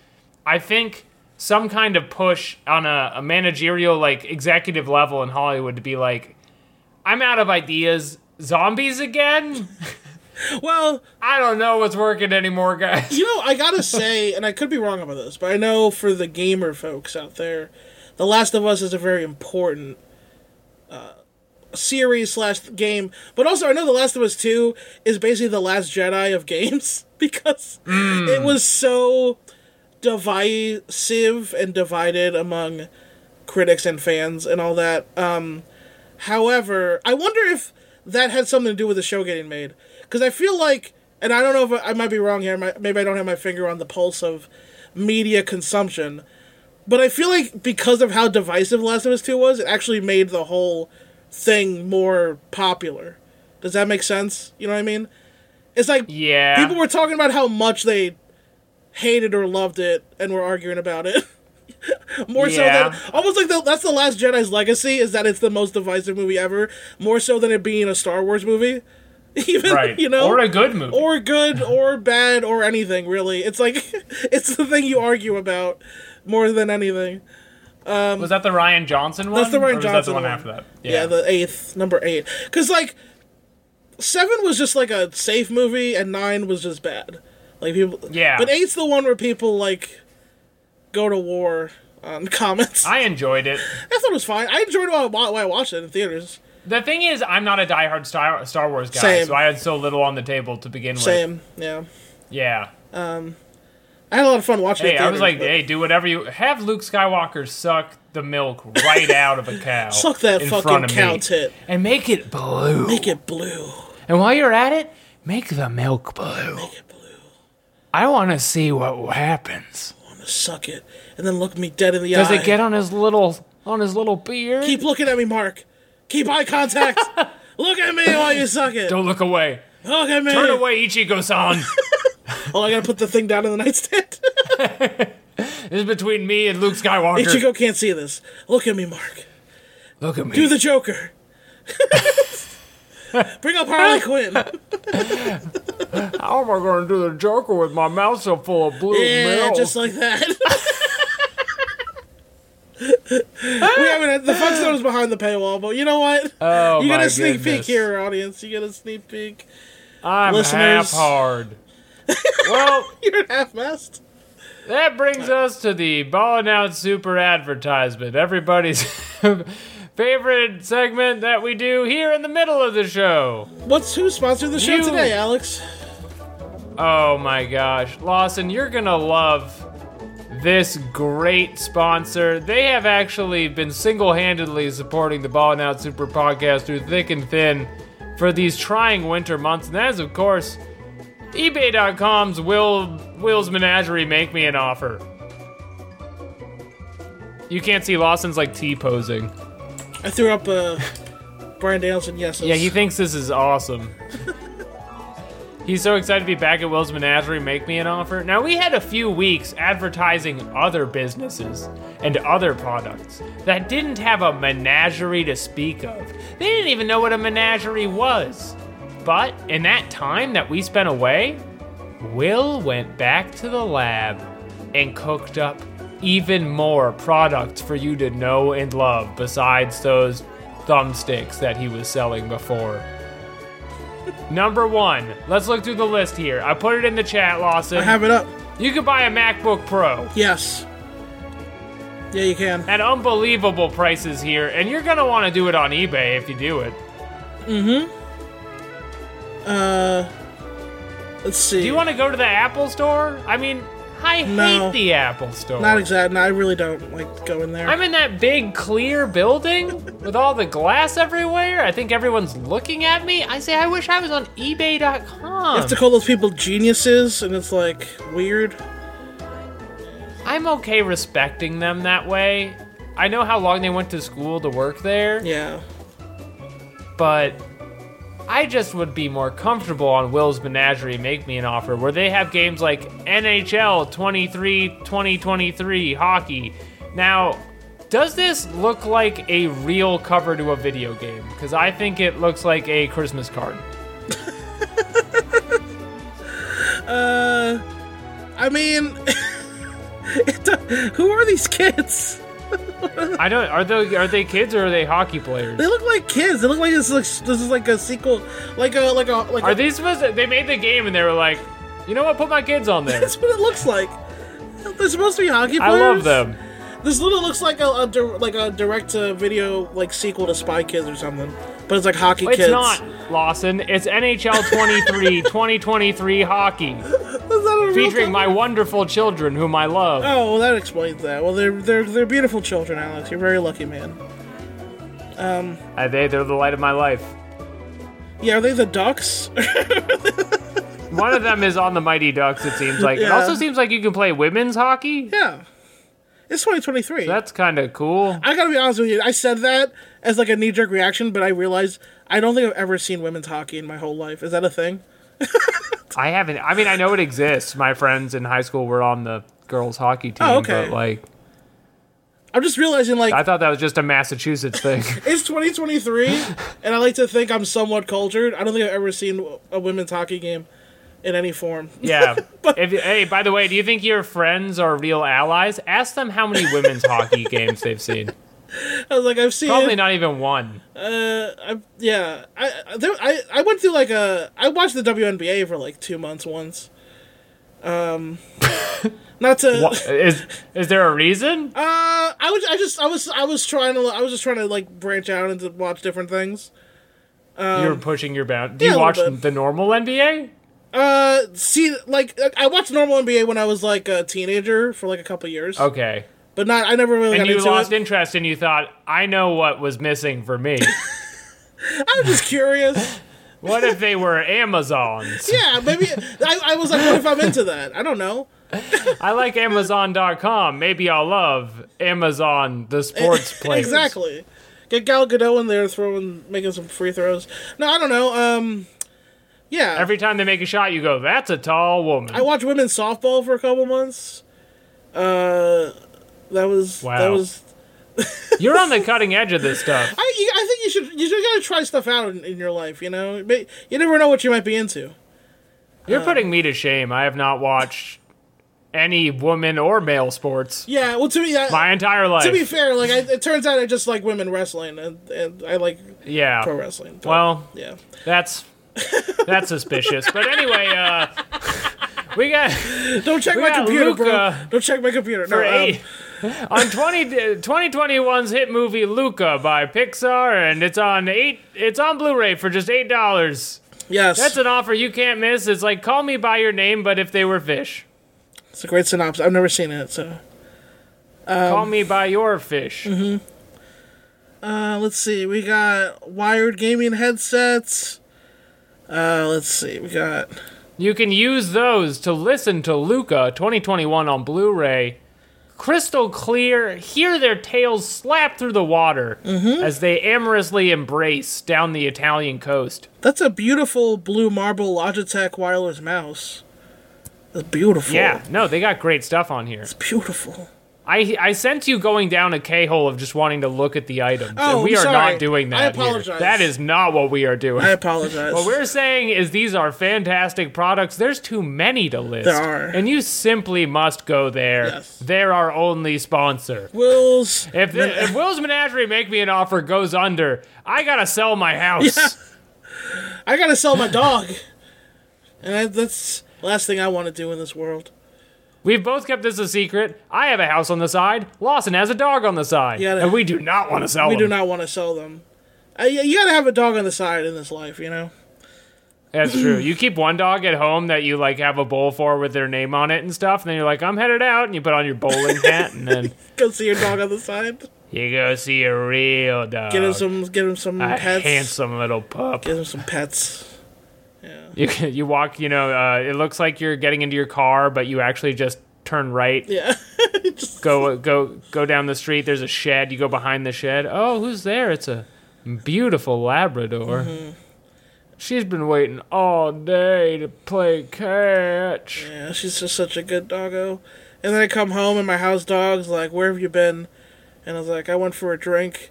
I think, some kind of push on a, a managerial like executive level in Hollywood to be like, I'm out of ideas. Zombies again?
Well,
I don't know what's working anymore, guys. [laughs]
You know, I gotta say, and I could be wrong about this, but I know for the gamer folks out there, The Last of Us is a very important uh, series slash game. But also, I know The Last of Us Two is basically the last Jedi of [laughs] games because it was so divisive and divided among critics and fans and all that. Um, however, I wonder if that had something to do with the show getting made because I feel like, and I don't know if I, I might be wrong here. I might- Maybe I don't have my finger on the pulse of media consumption, but I feel like because of how divisive Last of Us Two was, it actually made the whole thing more popular. Does that make sense? You know what I mean? It's like
Yeah.
people were talking about how much they hated or loved it and were arguing about it. [laughs] More
Yeah.
so than almost like the, that's the last Jedi's legacy is that it's the most divisive movie ever, more so than it being a Star Wars movie. [laughs] Even
right.
[laughs] you know
or a good movie.
or good or bad or anything really. It's like [laughs] it's the thing you argue about more than anything.
was that the Ryan Johnson one?
That's the Ryan
or was
Johnson
that the one,
one.
after that?
Yeah, the eighth, number eight. Because, like, seven was just, like, a safe movie, and nine was just bad. Like, people.
Yeah.
But eight's the one where people, like, go to war on [laughs] comments.
I
I,
enjoyed it.
thought it was fine. I enjoyed it while, while I watched it in theaters.
The thing is, I'm not a diehard Star Star Wars guy,
Same.
so I had so little on the table to begin with.
Same, yeah.
Yeah.
I had a lot of fun watching it.
Hey,
in
I was like,
theaters,
hey, do whatever you have. Luke Skywalker suck the milk
[laughs]
right out of a cow.
but Suck that
in
fucking
front of
cow
me.
tit.
and make it blue.
Make it blue.
and while you're at it, make the milk blue. I want to see what happens.
Suck it. And then look me dead in the
Does
eye.
it get on his little on his little beard?
Keep looking at me, Mark. Keep
[laughs]
eye contact. look at me while you suck it.
Don't look away.
look at me.
Turn away,
[laughs]
Ichigo-san.
Oh, I gotta put the thing down on the [laughs] nightstand.
this is between me and Luke Skywalker.
Ichigo can't see this. Look at me, Mark.
look at me.
Do the
[laughs]
Joker. Bring up
[laughs]
Harley Quinn.
Oh, How am I going to do the Joker with my mouth so full of blue
Yeah,
milk?
just
[laughs]
like that. we haven't. The fun zone is behind the paywall, but you know what?
oh,
you get
my
a sneak
goodness.
peek here, audience. You get a sneak peek.
I'm
Listeners.
half hard. well,
You're at half mast.
that brings us to the ballin' out super advertisement. Everybody's [laughs] favorite segment that we do here in the middle of the show.
What's who sponsored the show
You.
today, Alex?
Oh my gosh. Lawson, you're going to love this great sponsor. They have actually been single handedly supporting the Ball and Out Super podcast through thick and thin for these trying winter months. And that is, of course, eBay.com's Will Will's Menagerie Make Me an Offer. You can't see Lawson's like T posing.
I threw up uh, Brian Danielson. Yes.
Yeah, he thinks this is awesome. He's so excited to be back at Will's Menagerie. Make me an offer. Now, we had a few weeks advertising other businesses and other products that didn't have a menagerie to speak of. They didn't even know what a menagerie was. But in that time that we spent away, Will went back to the lab and cooked up even more products for you to know and love besides those thumbsticks that he was selling before. Number one, let's look through the list here. I put it in the chat, Lawson.
I have it up.
you could buy a MacBook Pro
Yes. Yeah, you can.
at unbelievable prices here, and you're gonna want to do it on eBay if you do it.
Uh, let's see.
Do you want to go to the Apple Store? I mean, I
No.
hate the Apple Store.
Not exactly. No, I really don't like going there.
I'm in that big clear building with all the glass everywhere. I think everyone's looking at me. I say, I wish I was on eBay.com.
You have to call those people geniuses, and it's like weird.
I'm okay respecting them that way. I know how long they went to school to work there,
Yeah.
but I just would be more comfortable on Will's Menagerie Make Me an Offer, where they have games like NHL 23 2023 hockey. Now, does this look like a real cover to a video game? Because I think it looks like a Christmas card.
Uh, I mean, [laughs] it do- who are these kids?
I don't. Are they are they kids or are they hockey players?
They look like kids. They look like this. Looks, this is like a sequel, like a like a like.
Are
a,
these supposed? To, they made the game and they were like, you know what? Put my kids on there.
That's what it looks like. They're supposed to be hockey
I love
players.
them.
This little looks like a, a dir- like a direct to video like sequel to Spy Kids or something, but it's like hockey
It's
kids.
not Lawson. It's NHL 23 2023 hockey
[laughs] Is that a real
featuring
thing?
my wonderful children whom I love.
Oh, well, that explains that. Well, they're they're they're beautiful children, Alex. You're a very lucky, man.
Uh, they they're the light of my life.
Yeah, are they the ducks? [laughs]
One of them is on the Mighty Ducks. It seems like. It
Yeah.
also seems like you can play women's hockey.
yeah. It's 2023.
That's kind of cool.
I gotta be honest with you. I said that as like a knee jerk reaction, but I realized I don't think I've ever seen women's hockey in my whole life. Is that a thing?
I haven't. I mean, I know it exists. My friends in high school were on the girls' hockey team,
Oh, okay.
but like.
I'm just realizing like
I thought that was just a Massachusetts thing.
it's 2023, and I like to think I'm somewhat cultured. I don't think I've ever seen a women's hockey game in any form. [laughs]
yeah. If, hey, by the way, do you think your friends are real allies? Ask them how many women's hockey games they've seen.
I was like, I've seen
Probably not even one.
I, yeah, I, I- there, I I went through like a I watched the WNBA for like two months once.
[laughs]
Um, not to
Wha- Is is there a reason?
uh, I was I just I was I was trying to I was just trying to like branch out and to watch different things.
You're pushing your bound. Do
yeah,
you
a
watch
little bit.
the normal NBA?
Uh, see, like I watched normal NBA when I was like a teenager for like a couple years,
Okay.
but not I never really
Oh. And
got
you
into
lost
it.
interest and you thought, I know what was missing for
[laughs]
me.
I was just
[laughs]
curious.
What if they were Amazons?
yeah, maybe I, I was like, what if I'm into that? I don't know.
I like Amazon.com. Maybe I'll love Amazon, the
[laughs]
sports place.
Exactly. Get Gal Gadot in there throwing, making some free throws. No, I don't know. Um, yeah,
Every time they make a shot, you go, that's a tall woman.
I watched women's softball for a couple months. Uh, that was that
Wow.
was.
You're on the cutting edge of this stuff.
[laughs] I you- I think you should you should gotta try stuff out in, in your life. You know, but you never know what you might be into.
You're putting me to shame. I have not watched any woman or male sports
Yeah. Well, to me, I,
my entire life.
to be fair, like I, it turns out I just like women wrestling, and, and I like pro
yeah.
wrestling. but,
Well,
yeah.
that's that's suspicious. But anyway,
[laughs]
uh, we got
Don't check
we
my
got
computer, bro.
Luca
Don't check my computer. No,
for
um,
eight. on 20, 2021's hit movie Luca by Pixar, and it's on eight. It's on Blu-ray for just eight dollars.
Yes,
That's an offer you can't miss. It's like Call Me by Your Name, but if they were fish,
it's a great synopsis. I've never seen it, so
Call Me by Your Fish.
Uh, let's see. We got wired gaming headsets. Uh, let's see. We got
You can use those to listen to Luca 2021 on Blu ray. Crystal clear, hear their tails slap through the water as they amorously embrace down the Italian coast.
that's a beautiful blue marble Logitech wireless mouse. It's beautiful.
Yeah, no, they got great stuff on here.
It's beautiful.
I I sent you going down a K hole of just wanting to look at the items,
Oh,
and we
I'm
are
sorry.
not doing that.
I
here.
apologize.
That is not what we are doing.
I apologize.
What we're saying is these are fantastic products. There's too many to list.
There are.
And you simply must go there.
Yes.
They're our only sponsor.
Will's.
If, the, if Will's Menagerie make me an offer goes under, I gotta sell my house.
I gotta sell my dog, and I, that's the last thing I want to do in this world.
We've both kept this a secret. I have a house on the side. Lawson has a dog on the side.
Yeah,
and we do not want to sell
We
him.
do not want to sell them. Uh, you, you gotta have a dog on the side in this life, you know.
That's true. You keep one dog at home that you like have a bowl for with their name on it and stuff, and then you're like, I'm headed out, and you put on your bowling hat, and then
Go see your dog on the side.
you go see a real dog.
Get him some. Get him some
a
pets.
handsome little pup.
Get him some pets.
You, you walk, you know, uh, it looks like you're getting into your car, but you actually just turn right.
Yeah. [laughs]
Go go go down the street. There's a shed. You go behind the shed. Oh, who's there? It's a beautiful Labrador.
Mm-hmm.
She's been waiting all day to play catch.
Yeah, she's just such a good doggo. And then I come home and my house dog's like, "Where have you been?" And I was like, "I went for a drink."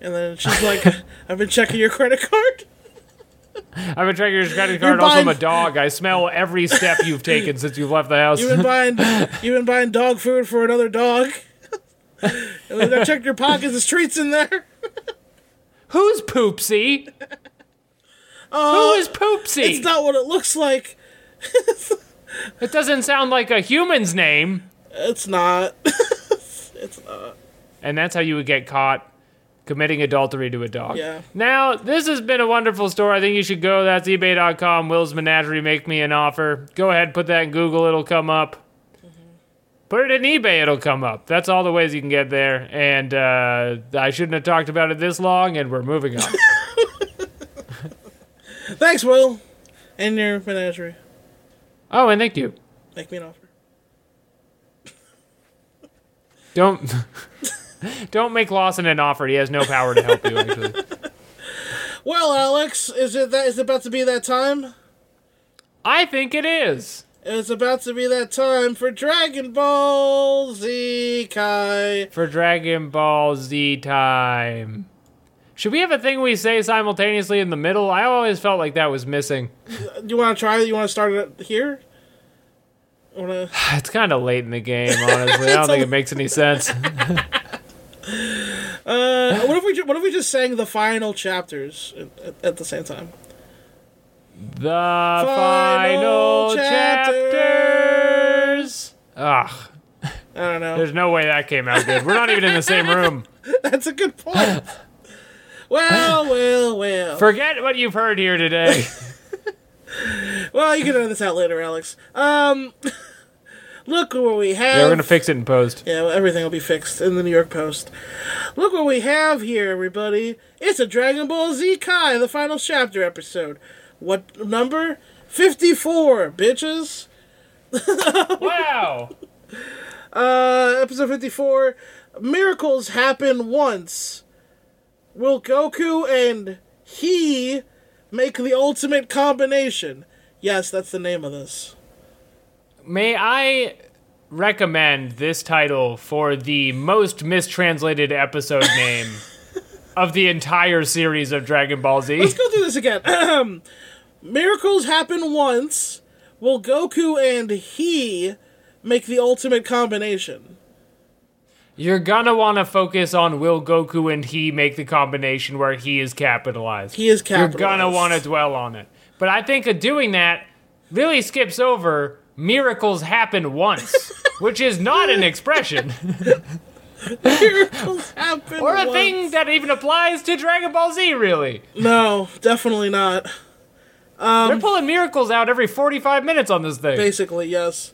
And then she's like, "I've been checking your credit card."
I've been tracking your credit card. Also,
buying-
I'm a dog. I smell every step you've taken since you've left the house.
You've been buying, you've been buying dog food for another dog. [laughs] and then I checked your pockets. The treats in there.
Who's Poopsie? Who is Poopsie?
Uh, It's not what it looks like.
it doesn't sound like a human's name.
It's not. [laughs]
and that's how you would get caught committing adultery to a dog.
Yeah.
Now, this has been a wonderful store. I think you should go. That's e ebay.com. Will's Menagerie, make me an offer. Go ahead, put that in Google. It'll come up.
Mm-hmm.
Put it in eBay, it'll come up. That's all the ways you can get there. And uh, I shouldn't have talked about it this long, and we're moving
[laughs]
on.
Thanks, Will. And your menagerie.
oh, and thank you.
Make me an offer.
Don't. [laughs] Don't make Lawson an offer. He has no power to help you, actually. [laughs]
Well, Alex, is it that? Is it about to be that time?
I think it is.
It's about to be that time for Dragon Ball Z Kai.
for Dragon Ball Z time. Should we have a thing we say simultaneously in the middle? I always felt like that was missing. [sighs]
You want to try? it? You want to start it here? Wanna...
It's kind of late in the game, honestly. I don't think it makes any [laughs] sense.
Uh, what if we? Ju- what if we just sang the final chapters at- at, at the same time?
The final, chapters. Ugh,
I don't know.
there's no way that came out good. We're not even in the same room.
That's a
[laughs]
good point. well, well, well.
Forget what you've heard here today. [laughs]
well, you can edit this out later, Alex. Um, [laughs] look what we have.
Yeah, we're gonna fix it in post.
Yeah, well, everything will be fixed in the New York Post. Look what we have here, everybody. It's a Dragon Ball Z Kai, the final chapter episode. What number? 54, bitches.
Wow.
Uh, episode 54 Miracles Happen Once. Will Goku and he make the ultimate combination? Yes, that's the name of this.
May I recommend this title for the most mistranslated
[laughs]
episode name of the entire series of Dragon Ball Z?
Let's go through this again. [clears throat] Miracles happen once. Will Goku and he make the ultimate combination?
You're gonna wanna focus on will Goku and he make the combination where he is capitalized.
He is
You're gonna
capitalized.
wanna dwell on it. But I think of doing that really skips over miracles happen
[laughs]
once, which is not an expression
[laughs] Miracles happen.
or a
once.
thing that even applies to Dragon Ball Z, really.
No, definitely not. Um,
They're pulling miracles out every 45 minutes on this thing.
Basically, yes.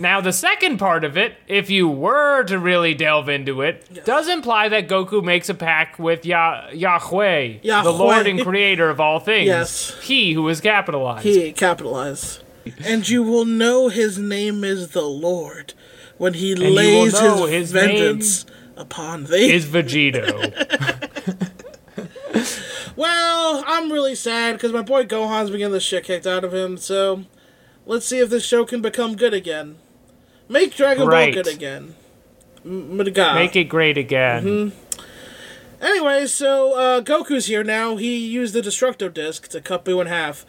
Now, the second part of it, if you were to really delve into it, does imply that Goku makes a pact with Yah- Yahweh,
Yahweh.
the Lord and Creator of all things.
Yes.
He who is capitalized.
He capitalized. And you will know his name is the Lord when he
will
lays
know
his,
his name
vengeance upon thee.
Is
[laughs]
Vegito.
well, I'm really sad because my boy Gohan's been getting the shit kicked out of him, so let's see if this show can become good again. Make Dragon
Right.
Ball good again. M- Muga.
Make it great again.
Mm-hmm. Anyway, so uh, Goku's here now. He used the Destructo Disc to cut Boo in half.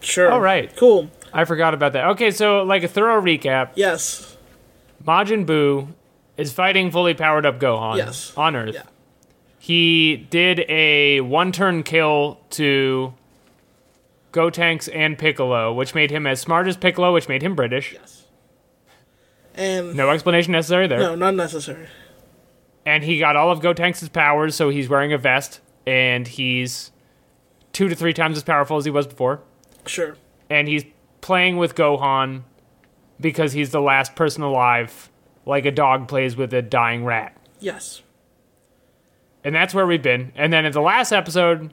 Sure.
All right.
Cool.
I forgot about that. Okay, so, like a thorough recap
Yes.
Majin Buu is fighting fully powered up Gohan
Yes.
on Earth.
Yeah.
He did a one turn kill to Gotenks and Piccolo, which made him as smart as Piccolo, which made him British.
And no,
No explanation necessary there.
not necessary.
And he got all of Gotenks' powers, so he's wearing a vest and he's two to three times as powerful as he was before.
Sure.
And he's playing with Gohan because he's the last person alive, like a dog plays with a dying rat.
Yes.
And that's where we've been. And then in the last episode,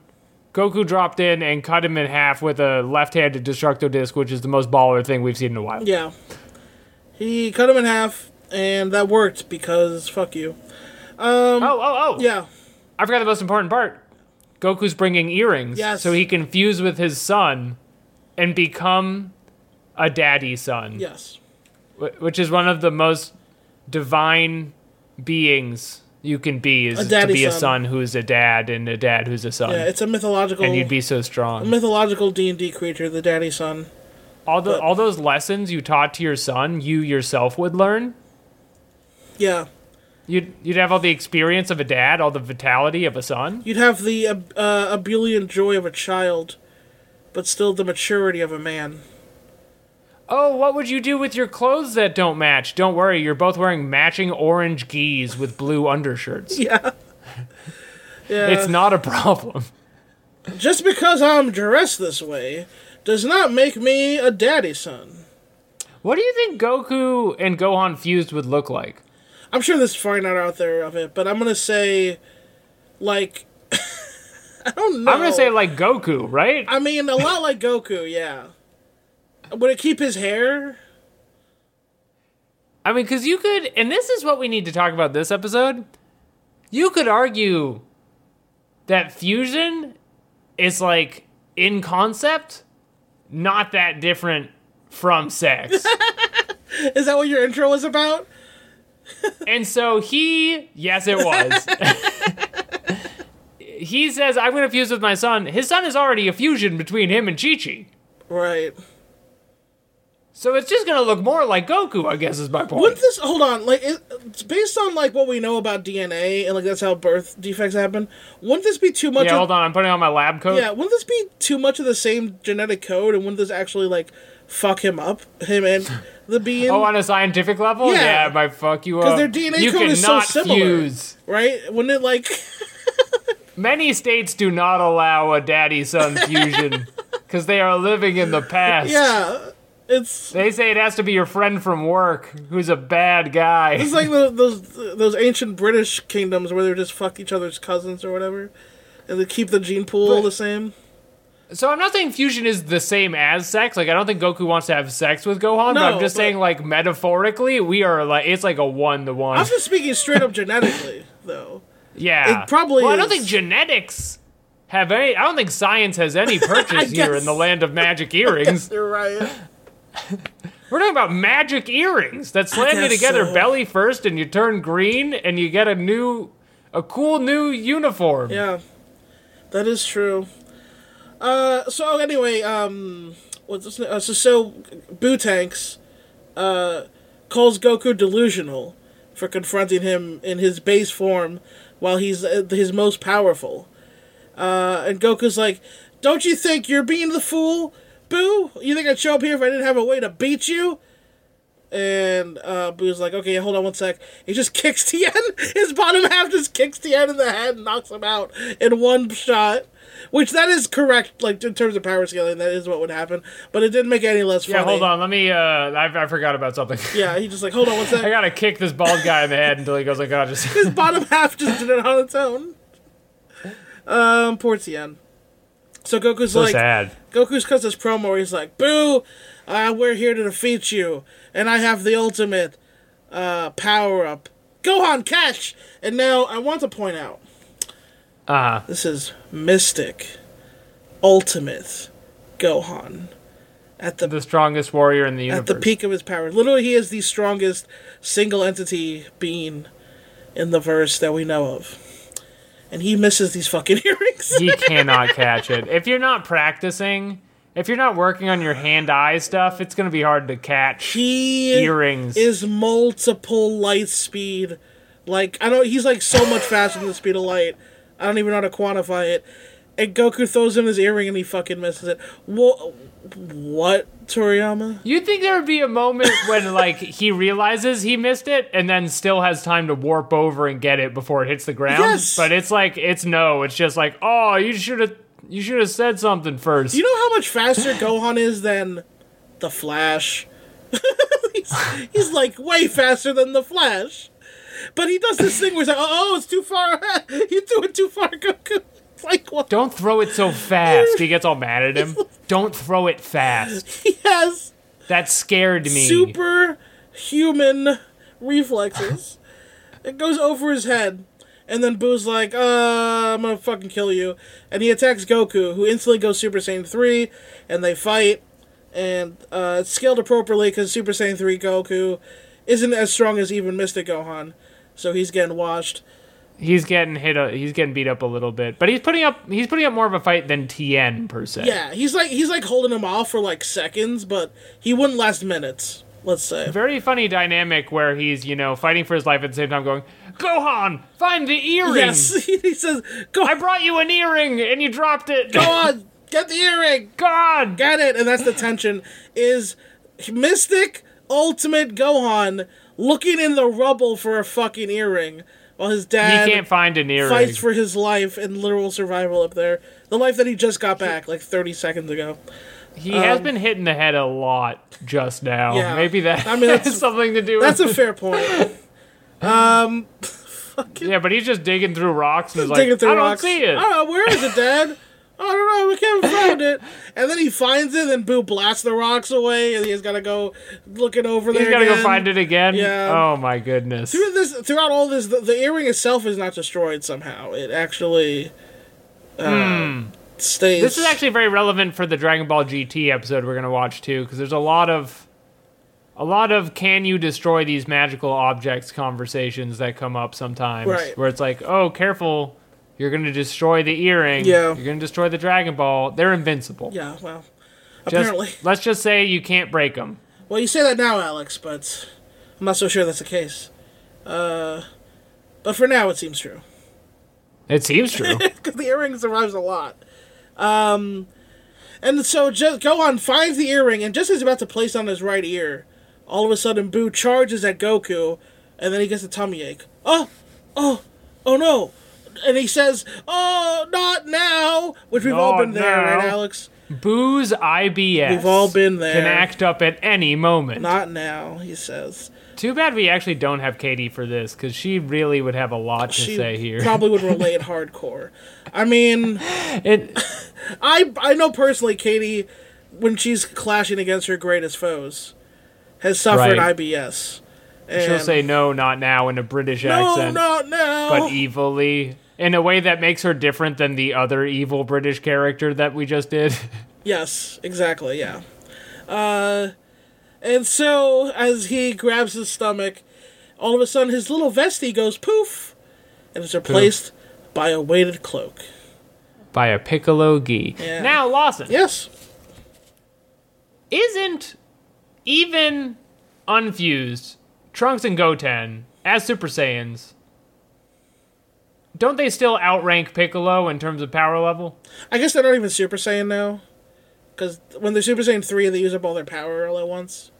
Goku dropped in and cut him in half with a left-handed destructo disc, which is the most baller thing we've seen in a while.
Yeah. He cut him in half, and that worked because fuck you.
Oh, oh, oh!
Yeah.
I forgot the most important part. Goku's bringing earrings,
Yes.
so he can fuse with his son and become a daddy son,
Yes.
wh- which is one of the most divine beings you can be. Is
A
to
daddy
be a
son.
son who's a dad and a dad who's a son,
Yeah. It's a mythological.
and you'd be so strong.
mythological D and D creature, the daddy son.
all the
But-
all those lessons you taught to your son, you yourself would learn.
Yeah.
You'd you'd have all the experience of a dad, all the vitality of a son.
You'd have the uh, uh, ebullient joy of a child, but still the maturity of a man.
Oh, what would you do with your clothes that don't match? Don't worry, you're both wearing matching orange geese with blue undershirts.
Yeah. yeah.
It's not a problem. [laughs]
Just because I'm dressed this way does not make me a daddy son.
What do you think Goku and Gohan fused would look like?
I'm sure there's fine art out there of it, but I'm gonna say, like, [laughs] I don't know.
I'm gonna say like Goku, right?
I mean, a lot like Goku, yeah. Would it keep his hair?
I mean, because you could, and this is what we need to talk about this episode. You could argue that fusion is like in concept, not that different from sex.
Is that what your intro was about?
and so he, yes, it
[laughs]
was. he says, I'm going to fuse with my son. His son is already a fusion between him and Chi Chi.
Right.
So it's just going to look more like Goku, I guess, is my point.
Wouldn't this hold on? Like, it, it's based on like what we know about DNA and like that's how birth defects happen. Wouldn't this be too much?
yeah,
of,
hold on. I'm putting on my lab coat.
Yeah, wouldn't this be too much of the same genetic code, and wouldn't this actually like fuck him up,
[laughs]
him and the being?
Oh, on a scientific level?
Yeah.
Yeah, my fuck you up.
'Cause their DNA
you
code is so
cannot
similar.
Fuse.
right? Wouldn't it like? [laughs]
Many states do not allow a daddy
[laughs]
son fusion because they are living in the past.
Yeah, it's
They say it has to be your friend from work who's a bad guy.
it's like the, those those ancient British kingdoms where they just fuck each other's cousins or whatever, and they keep the gene pool the same.
so I'm not saying fusion is the same as sex. Like I don't think Goku wants to have sex with Gohan, but
No,
I'm just
but-
saying like metaphorically, we are like it's like a one to one.
I'm just speaking straight up genetically, though.
Yeah,
It probably
Well, I
is.
don't think genetics have any. I don't think science has
[laughs]
any purchase here
guess-
in the land of magic
[laughs]
earrings.
You're right.
We're talking about magic earrings that slam you
guess
together
so.
belly first, and you turn green, and you get a new, a cool new uniform.
Yeah, that is true. Uh, so anyway, um, what's this, uh, so so Boo Tanks, uh, calls Goku delusional for confronting him in his base form while he's uh, his most powerful. Uh, and Goku's like, "Don't you think you're being the fool? Boo, you think I'd show up here if I didn't have a way to beat you? And uh, Boo's like, okay, hold on one sec. He just [laughs] kicks Tien. His bottom half just kicks Tien in the head and knocks him out in one shot. Which that is correct, like in terms of power scaling, that is what would happen. But it didn't make it any less funny.
Yeah, hold on. Let me. Uh, I, I forgot about something. [laughs]
Yeah, he just like, hold on one
I
sec.
gotta kick this bald guy in the head until he goes like, "God, just."
His bottom half just did it on its own. Um, poor Tien. So Goku's
so
[laughs] like,
sad.
Goku's cuts his promo where he's like, Boo! Uh, we're here to defeat you, and I have the ultimate uh, power up. Gohan, catch! And now I want to point out
Uh,
this is Mystic Ultimate Gohan. At the,
the strongest warrior in the
at
universe.
the peak of his power. Literally, he is the strongest single entity being in the verse that we know of. And he misses these fucking [laughs] earrings.
he cannot catch it. If you're not practicing, if you're not working on your hand-eye stuff, it's gonna be hard to catch
He
earrings.
is multiple light speed. Like I don't, he's like so much faster than the speed of light. I don't even know how to quantify it. And Goku throws him his earring and he fucking misses it. Wha what, Toriyama?
You'd think there would be a moment when like he realizes he missed it and then still has time to warp over and get it before it hits the ground.
Yes.
But it's like it's no, it's just like, oh, you should have you should have said something first.
Do you know how much faster Gohan is than the Flash? [laughs] he's, he's like way faster than the Flash. But he does this thing where he's like, oh, oh, it's too far. [laughs] you do it too far, Goku. It's like, what?
Don't throw it so
[laughs]
fast. He gets all mad at him. Don't throw it fast.
He has
That scared me.
super human reflexes. [laughs] it goes over his head, and then Boo's like, uh, I'm gonna fucking kill you. And he attacks Goku, who instantly goes Super Saiyan 3, and they fight. And uh, it's scaled appropriately because Super Saiyan 3 Goku isn't as strong as even Mystic Gohan, so he's getting washed.
He's getting hit. A, he's getting beat up a little bit, but he's putting up. He's putting up more of a fight than Tien per se.
Yeah, he's like he's like holding him off for like seconds, but he wouldn't last minutes. Let's say.
Very funny dynamic where he's you know fighting for his life at the same time going, Gohan, find the earring.
Yes, [laughs] he says, "Go
I brought you an earring and you dropped it.
go on, get the earring."
[laughs] God.
Got it, and that's the tension. Is Mystic Ultimate Gohan looking in the rubble for a fucking earring while his dad
He can't find an earring.
fights for his life and literal survival up there? The life that he just got back like 30 seconds ago.
he has been hit in the head a lot just now.
um, Yeah.
Maybe that [laughs]
I mean, that's-
has something to do
That's
with [laughs]
a fair point.
Yeah, but he's just digging through rocks and he's
Digging
like,
through
I don't
rocks.
see it.
I don't know, where is it, Dad? I don't know, we can't find it. And then he finds it, and Boo blasts the rocks away, and he's gotta go looking over there.
He's got to go
again.
find it again.
Yeah.
Oh my goodness.
through this throughout all this the, the earring itself is not destroyed somehow it actually uh, stays
Hmm. This is actually very relevant for the Dragon Ball GT episode we're going to watch too, because there's a lot of, a lot of can you destroy these magical objects conversations that come up sometimes,
Right.
where it's like, oh, careful, you're going to destroy the earring,
Yeah.
you're going to destroy the Dragon Ball. They're invincible.
yeah well
Just-
apparently
let's just say you can't break them.
well you say that now alex but i'm not so sure that's the case uh, but for now it seems true
It seems
[laughs]
true.
because the earring survives a lot. Um, and so just Gohan finds the earring and just is about to place it on his right ear. All of a sudden, Boo charges at Goku, and then he gets a tummy ache. Oh, oh, oh no! And he says, "Oh, not now," which we've all
Not
been there, right,
now.
Alex?
Booze IBS.
We've all been there.
Can act up at any moment.
Not now, he says.
Too bad we actually don't have Katie for this, because she really would have a lot to say here.
probably would relate hardcore. I mean.
[laughs] It-
I I know personally, Katie, when she's clashing against her greatest foes, has suffered
Right.
IBS. And
She'll say no, not now in a British
no,
accent,
no, no.
but e- evilly in a way that makes her different than the other evil British character that we just did. [laughs]
yes, exactly, yeah. Uh, and so as he grabs his stomach, all of a sudden his little vesty goes poof, and is replaced by a weighted cloak.
By a piccolo gi.
Yeah.
Now, Lawson,
Yes,
isn't even unfused Trunks and Goten as Super Saiyans? Don't they still outrank Piccolo in terms of power level?
I guess they're not even Super Saiyan now. Because when they're Super Saiyan 3, they use up all their power all at once.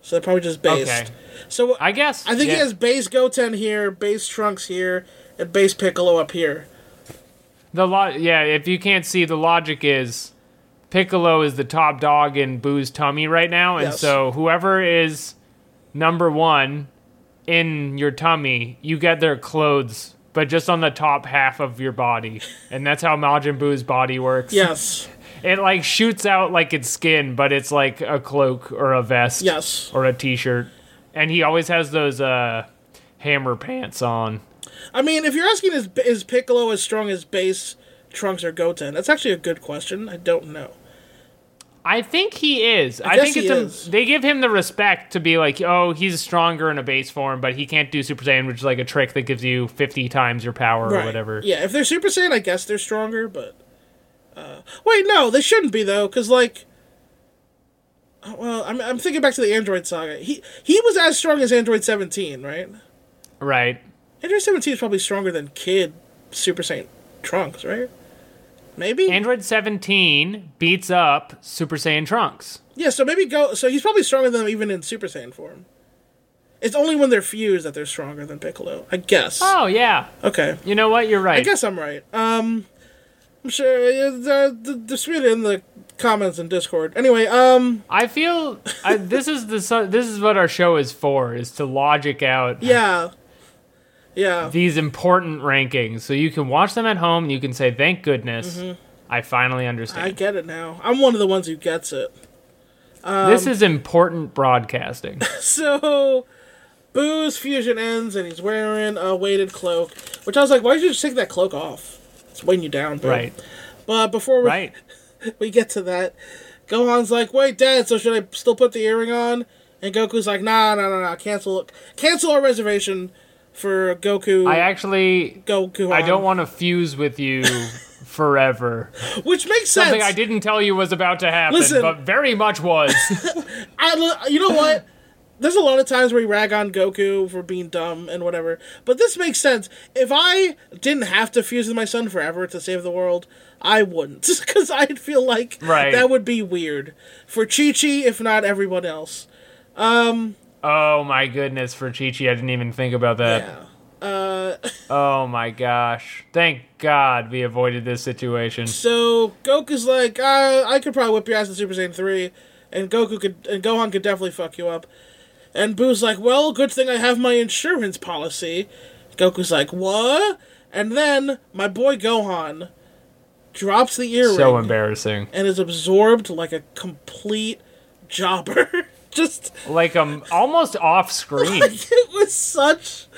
So they're probably just based.
Okay.
So
I guess.
I think
yeah.
he has base Goten here, base Trunks here, and base Piccolo up here.
The lo- yeah, if you can't see, the logic is Piccolo is the top dog in Boo's tummy right now, and
Yes.
so whoever is number one in your tummy, you get their clothes, but just on the top half of your body, and that's how Majin Boo's body works.
Yes.
it like shoots out like it's skin, but it's like a cloak or a vest,
Yes.
or a t-shirt, and he always has those uh hammer pants on.
I mean, if you're asking is is Piccolo as strong as base Trunks or Goten, that's actually a good question. I don't know.
I think he is. I,
guess
think it's
he
a-
is.
they give him the respect to be like, oh, he's stronger in a base form, but he can't do Super Saiyan, which is like a trick that gives you fifty times your power or whatever.
Yeah, if they're Super Saiyan, I guess they're stronger, but. Uh, wait, no, they shouldn't be, though, because, like. uh, Well, I'm, I'm thinking back to the Android saga. He he was as strong as Android 17, right?
Right.
Android 17 is probably stronger than Kid Super Saiyan Trunks, right? Maybe?
Android seventeen beats up Super Saiyan Trunks.
yeah, so maybe go. So he's probably stronger than them even in Super Saiyan form. It's only when they're fused that they're stronger than Piccolo, I guess.
Oh yeah.
Okay.
You know what? You're right.
I guess I'm right. Um, I'm sure. Uh, d- d- dispute it in the comments and Discord. Anyway, um,
I feel I, this is the so- this is what our show is for is to logic out
yeah, yeah,
these important rankings so you can watch them at home and you can say thank goodness
Mm-hmm.
I finally understand.
I get it now. I'm one of the ones who gets it. [laughs]
this
um,
is important
[laughs]
broadcasting.
So, Boo's fusion ends, and he's wearing a weighted cloak. Which I was like, why did you just take that cloak off? It's weighing you down, Boo.
right.
But before we,
Right.
we get to that, Gohan's like, wait, Dad, so should I still put the earring on? And Goku's like, nah, nah, nah, nah, cancel, it. cancel our reservation for Goku.
I actually
Goku.
I don't
on.
want to fuse with
[laughs]
you forever.
Which makes sense.
Something I didn't tell you was about to happen,
Listen.
but very much was. [laughs]
I lo- you know what? There's a lot of times where we rag on Goku for being dumb and whatever, but this makes sense. If I didn't have to fuse with my son forever to save the world, I wouldn't, [laughs] because I'd feel like
Right.
that would be weird for Chi Chi, if not everyone else.
oh my goodness, for Chi Chi, I didn't even think about that.
Yeah.
Oh my gosh. Thank God we avoided this situation.
So Goku's like, uh, I could probably whip your ass in Super Saiyan three, and Goku could and Gohan could definitely fuck you up. And Boo's like, well, good thing I have my insurance policy. Goku's like, what? And then my boy Gohan drops the earring
So embarrassing.
and is absorbed like a complete jobber. [laughs] Just
Like um almost off screen.
[laughs] it was such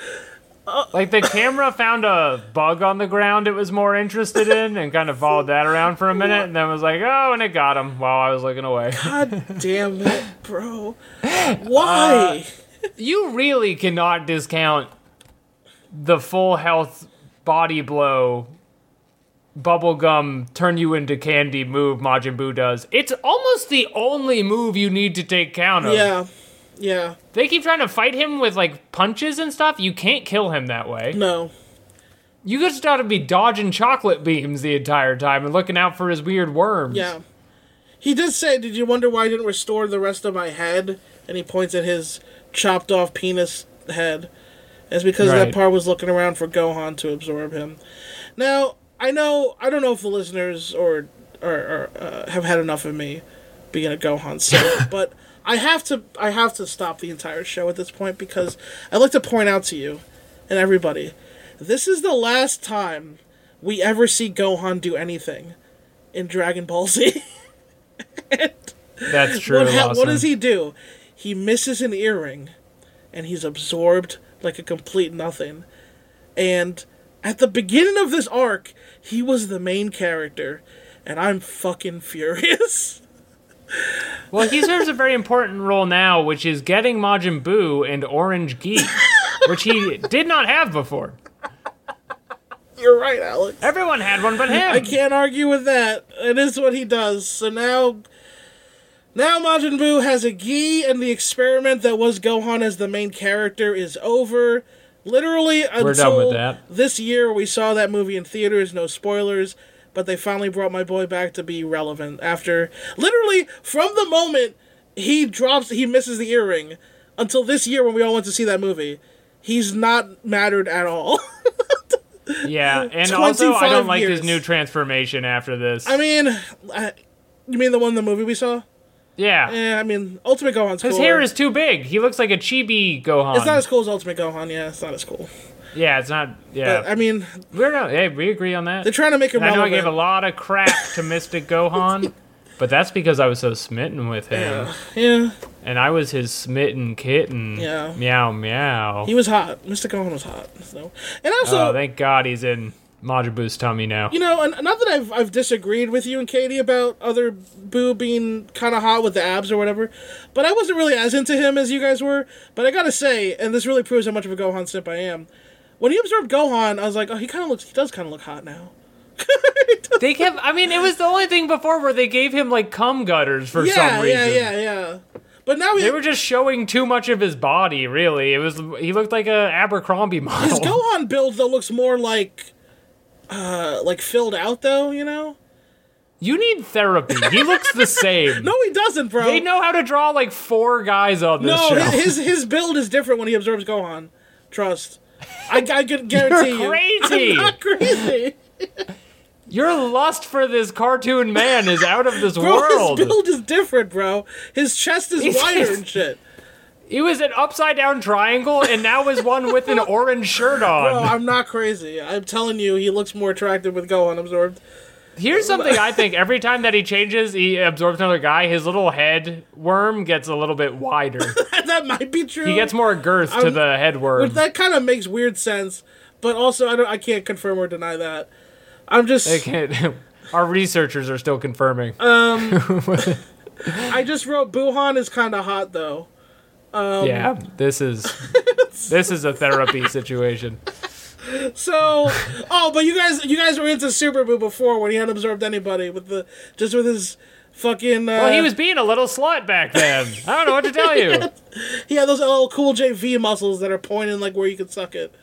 Like the camera found a bug on the ground it was more interested in and kind of followed that around for a minute and then was like, "Oh, and it got him while I was looking away."
god damn it,
[laughs]
bro.
Uh,
Why?
um, you really cannot discount the full health body blow bubblegum turn you into candy move Majin Buu does. It's almost the only move you need to take count of.
yeah, yeah.
They keep trying to fight him with like punches and stuff. You can't kill him that way.
No.
You just gotta be dodging chocolate beams the entire time and looking out for his weird worms.
Yeah. He did say, Did you wonder why I didn't restore the rest of my head? And he points at his chopped off penis head. It's because that
Right.
part was looking around for Gohan to absorb him. Now, I know, I don't know if the listeners or, or, or uh, have had enough of me being a Gohan sub, but I have to, I have to stop the entire show at this point because I'd like to point out to you and everybody, this is the last time we ever see Gohan do anything in Dragon Ball Z. [laughs]
That's true.
what, ha- what
Lawson.
does he do? He misses an earring, and he's absorbed like a complete nothing. And at the beginning of this arc, he was the main character, and I'm fucking furious. [laughs]
Well, he serves a very important role now, which is getting Majin Buu and Orange Geek, which he did not have before.
You're right, Alex.
Everyone had one but him.
I can't argue with that. It is what he does. So now, now Majin Buu has a gi, and the experiment that was Gohan as the main character is over. Literally until
done with that.
this year, we saw that movie in theaters. No spoilers. but they finally brought my boy back to be relevant after literally from the moment he drops he misses the earring until this year when we all went to see that movie. He's not mattered at all. [laughs]
Yeah, and also I
25
don't like
years.
his new transformation after this.
I mean, I, you mean the one in the movie we saw?
yeah.
Yeah, I mean, Ultimate Gohan's
his
cooler.
hair is too big. He looks like a chibi Gohan.
It's not as cool as Ultimate Gohan. Yeah, it's not as cool.
yeah, it's not. Yeah,
But, I mean,
we're not. Hey, we agree on that.
they're trying to make him.
And I know I
relevant.
gave a lot of crap to Mystic
[laughs]
Gohan, but that's because I was so smitten with him,
Yeah,
and I was his smitten kitten.
Yeah.
Meow meow.
he was hot. Mr. Gohan was hot. So, and also,
oh, thank God he's in Majibu's tummy now.
you know, and not that I've I've disagreed with you and Katie about other Boo being kind of hot with the abs or whatever, but I wasn't really as into him as you guys were. But I gotta say, and this really proves how much of a Gohan simp I am. When he observed Gohan, I was like, oh, he kind of looks. He does kind of look hot now.
They kept. I mean, it was the only thing before where they gave him like cum gutters for
Yeah,
some reason.
yeah, yeah, yeah. But now
They
he,
were just showing too much of his body. Really, it was. He looked like a Abercrombie model.
His Gohan build though looks more like, uh, like filled out though. You know?
you need therapy. He looks the same.
[laughs] No, he doesn't, bro.
They know how to draw like four guys on this
no,
show.
his, his his build is different when he observes Gohan. Trust. I, I could
[laughs]
guarantee
You're
you.
crazy.
I'm
[laughs]
not crazy.
Your lust for this cartoon man is out of this
[laughs] Bro,
world.
his build is different, bro. His chest
[laughs]
is
He's-
wider and shit.
He was an upside down triangle and now is one with an orange shirt on.
Bro, I'm not crazy. I'm telling you, he looks more attractive with Gohan absorbed. [laughs]
Here's something I think every time that he changes, he absorbs another guy, his little head worm gets a little bit wider.
that might be true.
He gets more girth to
I'm-
the head worm.
But that kind of makes weird sense, but also I don't. I can't confirm or deny that. I'm just.
I can't- [laughs] Our researchers are still confirming.
I just wrote Buhan is kind of hot though.
yeah, this is this is a therapy situation. [laughs]
So, oh, but you guys, you guys were into Super Boo before when he hadn't observed anybody with the just with his fucking. Uh,
Well, he was being a little slut back then. I don't know what to tell you.
He had those little cool JV muscles that are pointing like where you could suck it.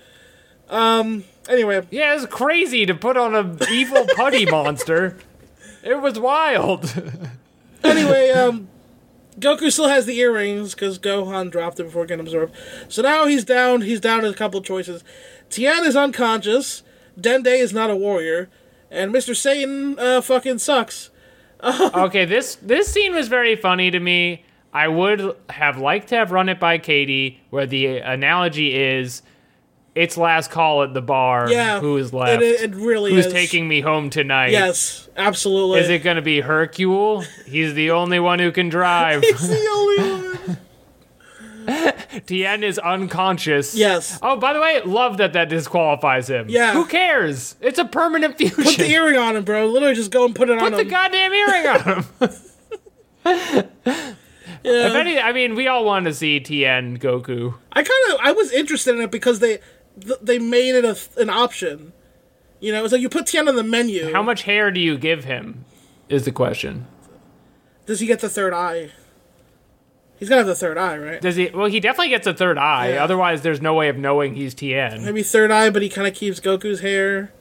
Um.
[laughs]
Anyway,
Yeah, it's crazy to put on an evil putty monster. It was wild. [laughs]
anyway, um, Goku still has the earrings because Gohan dropped it before getting absorbed. So now he's down. He's down to a couple choices. Tien is unconscious. Dende is not a warrior, and Mister Satan uh, fucking sucks.
Okay, this this scene was very funny to me. I would have liked to have run it by Katie, where the analogy is, it's last call at the bar.
Yeah,
who is left?
It, it really
Who's
is
taking me home tonight?
Yes, absolutely.
Is it going to be Hercule? He's the only one who can
[laughs]
drive.
[laughs] He's the only one.
Tien is unconscious.
Yes.
Oh, by the way, love that that disqualifies him.
Yeah.
Who cares? It's a permanent future. [laughs]
Put the earring on him, bro. Literally, just go and put it on
Put the
him.
goddamn earring on him.
[laughs] Yeah.
If any, I mean, we all want to see Tien Goku.
I kind of, I was interested in it because they, th- they made it a, th- an option. You know, it's like you put Tien on the menu.
How much hair do you give him? Is the question.
does he get the third eye? He's gotta have the third eye, right?
Does he? Well, he definitely gets a third eye.
Yeah.
Otherwise, there's no way of knowing he's Tien.
Maybe third eye, but he kind of keeps Goku's hair.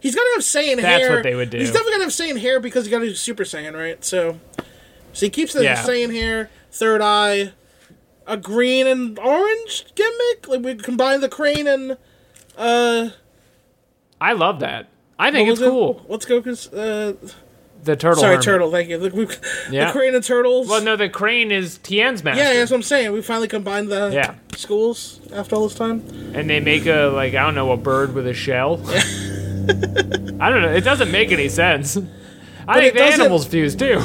He's gotta have Saiyan hair.
That's what they would do.
He's definitely gonna have Saiyan hair because he got to do Super Saiyan, right? So, so he keeps the
Yeah.
Saiyan hair, third eye, a green and orange gimmick. Like we combine the crane and uh,
I love that. I think
what
it's
was it?
cool.
What's Goku's? Uh,
The turtle.
sorry,
hermit.
turtle. Thank you. The, we,
Yeah.
the crane and turtles.
Well, no, the crane is Tien's master.
yeah, yeah, that's what I'm saying. We finally combined the
Yeah.
schools after all this time.
And they make a like I don't know a bird with a
[laughs]
shell. I don't know. It doesn't make any sense. I
it
think the
doesn't-
animals fuse too,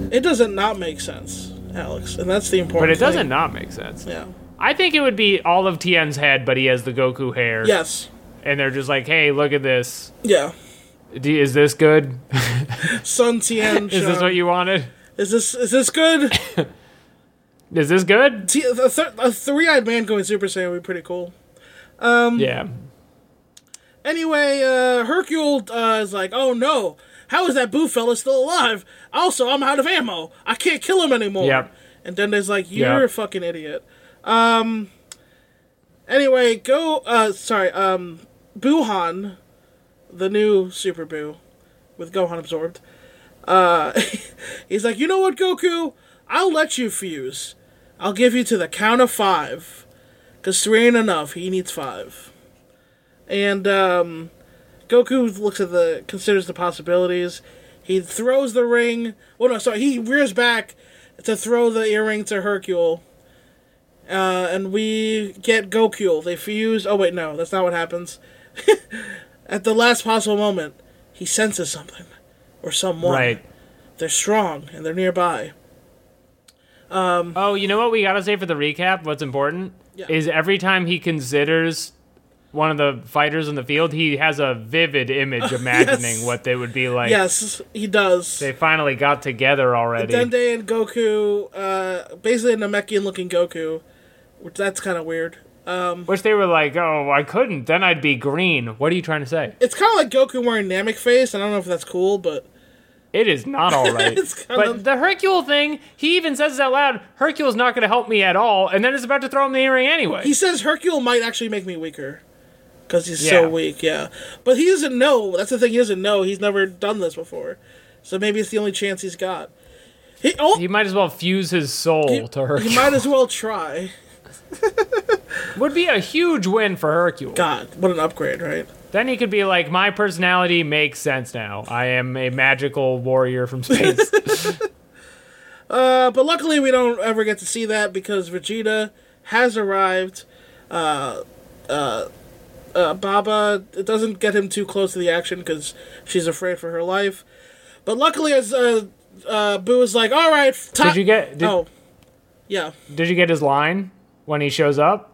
[laughs]
It doesn't not make sense, Alex, and that's the
but
important.
it doesn't
thing.
not make sense.
Yeah.
I think it would be all of Tien's head, but he has the Goku hair.
Yes.
and they're just like, "Hey, look at this.
Yeah.
D- is this good?
Sun
[laughs]
Tien.
Is this
Shan.
what you wanted?
Is this is this good?
Is this good?
T- a, th- a three-eyed man going Super Saiyan would be pretty cool. Um,
yeah,
Anyway, uh, Hercule uh, is like, oh no, how is that Boo fella still alive? Also, I'm out of ammo. I can't kill him anymore.
Yep.
And Dende's like, you're
Yeah.
a fucking idiot. Um. Anyway, go. Uh, sorry. Um, Boohan, the new Super Boo, with Gohan absorbed. Uh, [laughs] he's like, you know what, Goku? I'll let you fuse. I'll give you to the count of five. Because three ain't enough. He needs five. And um, Goku looks at the, considers the possibilities. He throws the ring. Well, no, sorry. He rears back to throw the earring to Hercule. Uh, and we get Goku. They fuse. Oh, wait, no. That's not what happens. [laughs] at the last possible moment, he senses something or someone.
Right.
They're strong and they're nearby.
Oh, you know what we gotta say for the recap? What's important
Yeah.
is every time he considers one of the fighters in the field, he has a vivid image imagining
[laughs] Yes.
what they would be like.
Yes, he does.
They finally got together already.
Dende and Goku, uh, basically a Namekian looking Goku, which that's kind of weird.
Which they were like, oh, I couldn't. Then I'd be green. What are you trying to say?
It's kind of like Goku wearing Namek face. I don't know if that's cool, but
It is not all
[laughs]
right.
It's kind
but
of-
the Hercule thing, he even says it out loud. Hercule's not going to help me at all, and then is about to throw him the earring anyway.
he says Hercule might actually make me weaker because he's
Yeah.
so weak. Yeah, but he doesn't know. That's the thing. He doesn't know. He's never done this before, so maybe it's the only chance he's got. He oh,
he might as well fuse his soul to Hercule.
he might as well try.
[laughs] Would be a huge win for Hercule.
God, what an upgrade, right?
Then he could be like, my personality makes sense now. I am a magical warrior from
[laughs]
space.
Uh, but luckily, we don't ever get to see that because Vegeta has arrived. Uh, uh, uh, Baba, it doesn't get him too close to the action because she's afraid for her life. But luckily, as uh, uh, Boo is like, all right, top.
Did you get- did-
oh, yeah. [laughs]
Did you get his line when he shows up?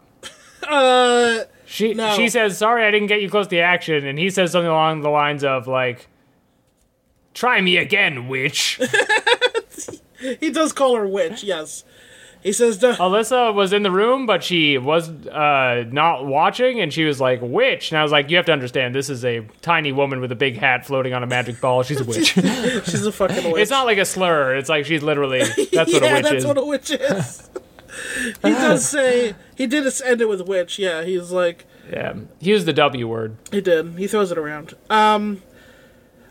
Uh,
She
No.
she says, "Sorry, I didn't get you close to the action," and he says something along the lines of like, "Try me again, witch."
he does call her witch. Yes, he says. "Duh."
Oh. Alyssa was in the room, but she was uh, not watching, and she was like, "Witch," and I was like, "You have to understand, this is a tiny woman with a big hat floating on a magic ball. She's a
[laughs]
witch.
[laughs] she's a fucking
[laughs]
witch.
it's not like a slur. It's like she's
[laughs]
literally that's what
yeah,
a witch
that's
is."
what a witch is. [laughs] he
[laughs]
does say he did end it with witch. Yeah, he's like.
yeah, he used the W word.
He did. He throws it around. Um,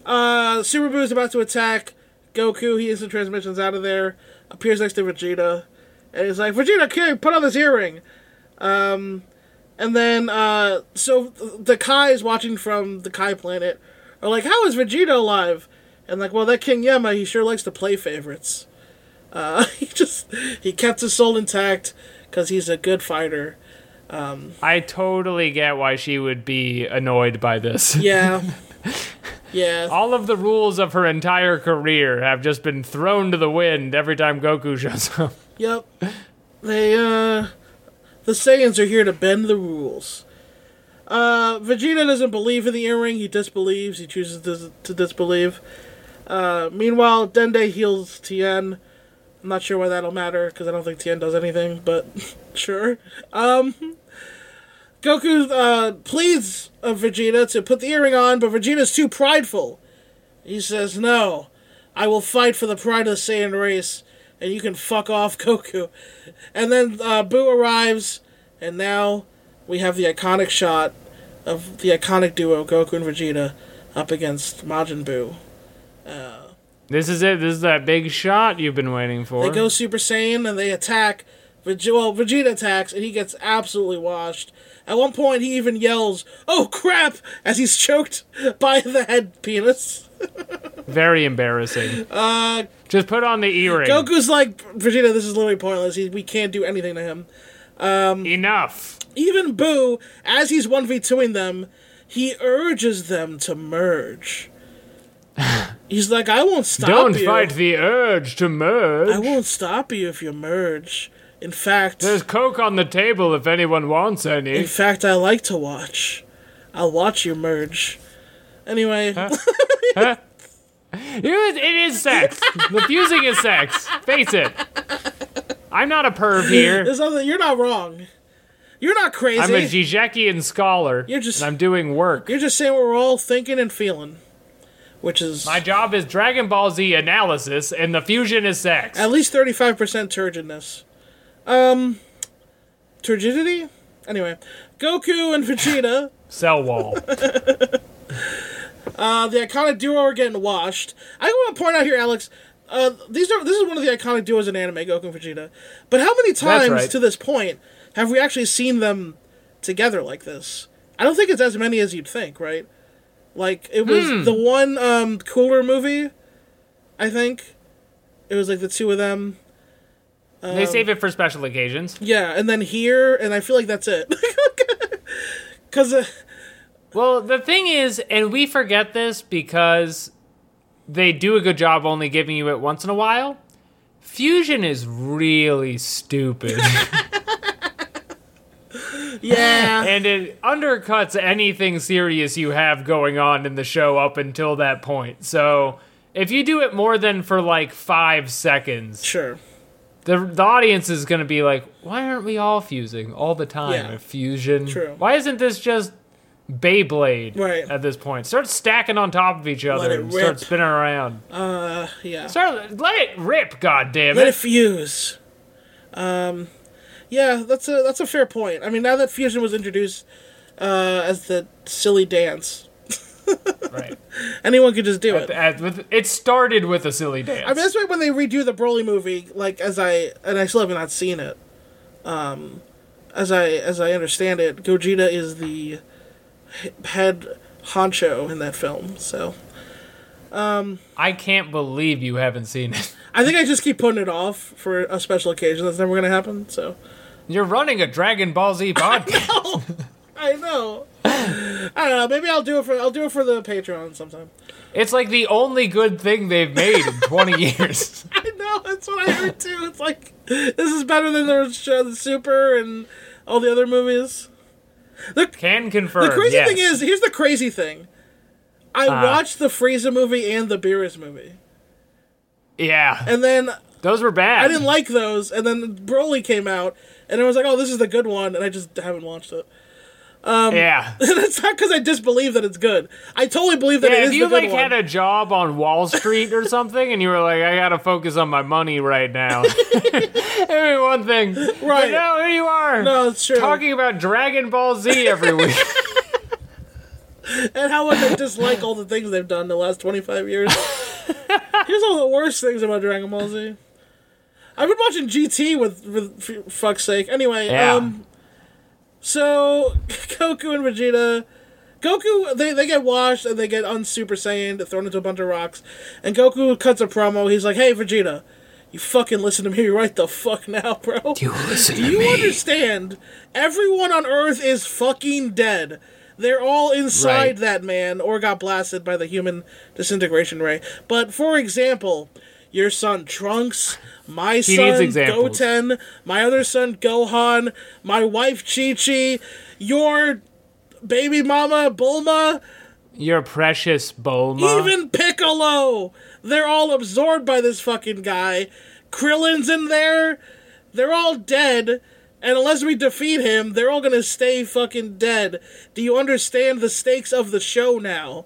uh, Super Boo is about to attack Goku. He instant transmissions out of there. Appears next to Vegeta, and he's like, "Vegeta, kid, put on this earring." Um, and then uh, so the Kai is watching from the Kai planet. Are like, "How is Vegeta alive?" And like, well, that King Yama, he sure likes to play favorites. Uh, [laughs] he just he kept his soul intact because he's a good fighter.
I totally get why she would be annoyed by this.
Yeah, yeah.
[laughs] All of the rules of her entire career have just been thrown to the wind every time Goku shows up.
Yep. They, uh. The Saiyans are here to bend the rules. Uh, Vegeta doesn't believe in the earring. He disbelieves. He chooses to, to disbelieve. Uh, meanwhile, Dende heals Tien. I'm not sure why that'll matter, because I don't think Tien does anything, but [laughs] sure. Um. Goku, uh, pleads of Vegeta to put the earring on, but Vegeta's too prideful. He says, no. I will fight for the pride of the Saiyan race, and you can fuck off, [laughs] Goku. And then uh, Boo arrives, and now we have the iconic shot of the iconic duo Goku and Vegeta up against Majin Buu.
This is it. This is that big shot you've been waiting for.
They go Super Saiyan and they attack. Veg- well, Vegeta attacks and he gets absolutely washed. At one point, he even yells, "Oh crap!" as he's [laughs] choked by the head penis.
Very embarrassing. Uh, just put on the earring.
Goku's like, "Vegeta, this is literally pointless. He- we can't do anything to him."
Enough.
Even Boo, as he's 1v2ing them, he urges them to
[laughs]
merge. he's like, I won't stop
Don't
you.
fight the urge to
I
merge.
won't stop you if you merge. In fact,
There's coke on the table if anyone wants
in
any.
fact, I like to watch. I'll watch you merge. Anyway,
It is, it is
[laughs]
sex. the fusing is sex. Face it. I'm not a perv here.
[laughs] there's other, you're not wrong. You're not crazy.
I'm a Zizekian scholar.
You're just-
and I'm doing work.
you're just saying what we're all thinking and feeling, which is
My job is Dragon Ball Z analysis, and the fusion is sex.
at least 35% turgidness. Um, turgidity? Anyway, Goku and Vegeta
Cell wall.
Uh, the iconic duo are getting washed. I want to point out here, Alex. Uh, these are this is one of the iconic duos in anime, Goku and Vegeta. But how many times
right.
to this point have we actually seen them together like this? I don't think it's as many as you'd think, right? Like it was the one um, cooler movie, I think. It was like the two of them. Um,
they save it for special occasions.
Yeah, and then here, and I feel like that's it. [laughs] Because uh,
Well, the thing is, and we forget this because they do a good job only giving you it once in a while. Fusion is really stupid,
yeah,
and it undercuts anything serious you have going on in the show up until that point. So, if you do it more than for like five seconds,
[laughs] sure.
the, the audience is going to be like, "Why aren't we all fusing all the time?
Yeah.
Fusion.
True.
Why isn't this just Beyblade
Right.
at this point? Start stacking on top of each other
it
and start
rip.
spinning around.
Yeah.
Start let it rip, goddamn
Let it
it!
fuse. Um, yeah, that's a that's a fair point. I mean, now that fusion was introduced uh, as the silly dance,
[laughs] Right.
anyone could just do it.
At- with- it started with a silly dance.
I mean, that's why when they redo the Broly movie, like as I and I still have not seen it. Um, as I as I understand it, Gogeta is the he- head honcho in that film. So
I can't believe you haven't seen it. [laughs]
I think I just keep putting it off for a special occasion that's never gonna happen. So
You're running a Dragon Ball Z
[laughs]
podcast.
I know. [sighs] I don't know. Maybe I'll do it for I'll do it for the Patreon sometime. [laughs]
it's like the only good thing they've made in 20 [laughs] years.
I know that's what I heard too. It's like this is better than the show, the Super and all the other movies.
Can confirm.
The crazy
yes.
thing is, here's the crazy thing. I watched the Frieza movie and the Beerus movie,
yeah,
and then
those were bad.
I didn't like those, and then Broly came out, and I was like, "Oh, this is the good one," and I just haven't watched it.
yeah.
[laughs] And it's not because I disbelieve that it's good. I totally believe that
Yeah,
it
if
is
you
the good
like
one.
had a job on Wall Street or something, and you were like, "I gotta focus on my money right
[laughs]
now," every one thing. But
right?
now here you are,
no, it's true.
talking about Dragon Ball Z every
[laughs]
week.
And how much I dislike all the things they've done in the last 25
[laughs]
years. Here's all the worst things about Dragon Ball Z. I've been watching GT with, with for fuck's sake. Anyway,
Yeah.
um, so [laughs] Goku and Vegeta, Goku they, they get washed and they get unsuper saiyan, they're thrown into a bunch of rocks, and Goku cuts a promo. He's like, "Hey Vegeta, you fucking listen to me right the fuck now, bro."
listen
Do you understand? Everyone on Earth is fucking dead. They're all inside
Right.
that man or got blasted by the human disintegration ray. But for example, your son Trunks, my son
needs examples.
Goten, my other son Gohan, my wife Chi Chi, your baby mama Bulma,
Your precious Bulma.
even Piccolo. They're all absorbed by this fucking guy. Krillin's in there. They're all dead. And unless we defeat him, they're all gonna stay fucking dead. Do you understand the stakes of the show now?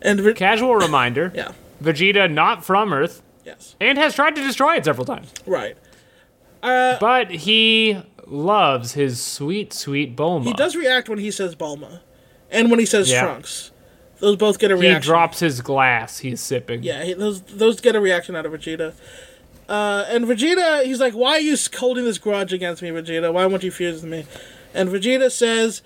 And re-
Casual reminder.
yeah,
Vegeta not from Earth
yes,
and has tried to destroy it several times,
right. Uh,
but he loves his sweet, sweet Bulma.
He does react when he says Bulma, and when he says
Yeah.
Trunks. Those both get a
He
reaction.
drops his glass. He's sipping.
Yeah, he, those those get a reaction out of Vegeta. Uh, and Vegeta, he's like, "Why are you holding this grudge against me, Vegeta? Why won't you fuse with me?" And Vegeta says,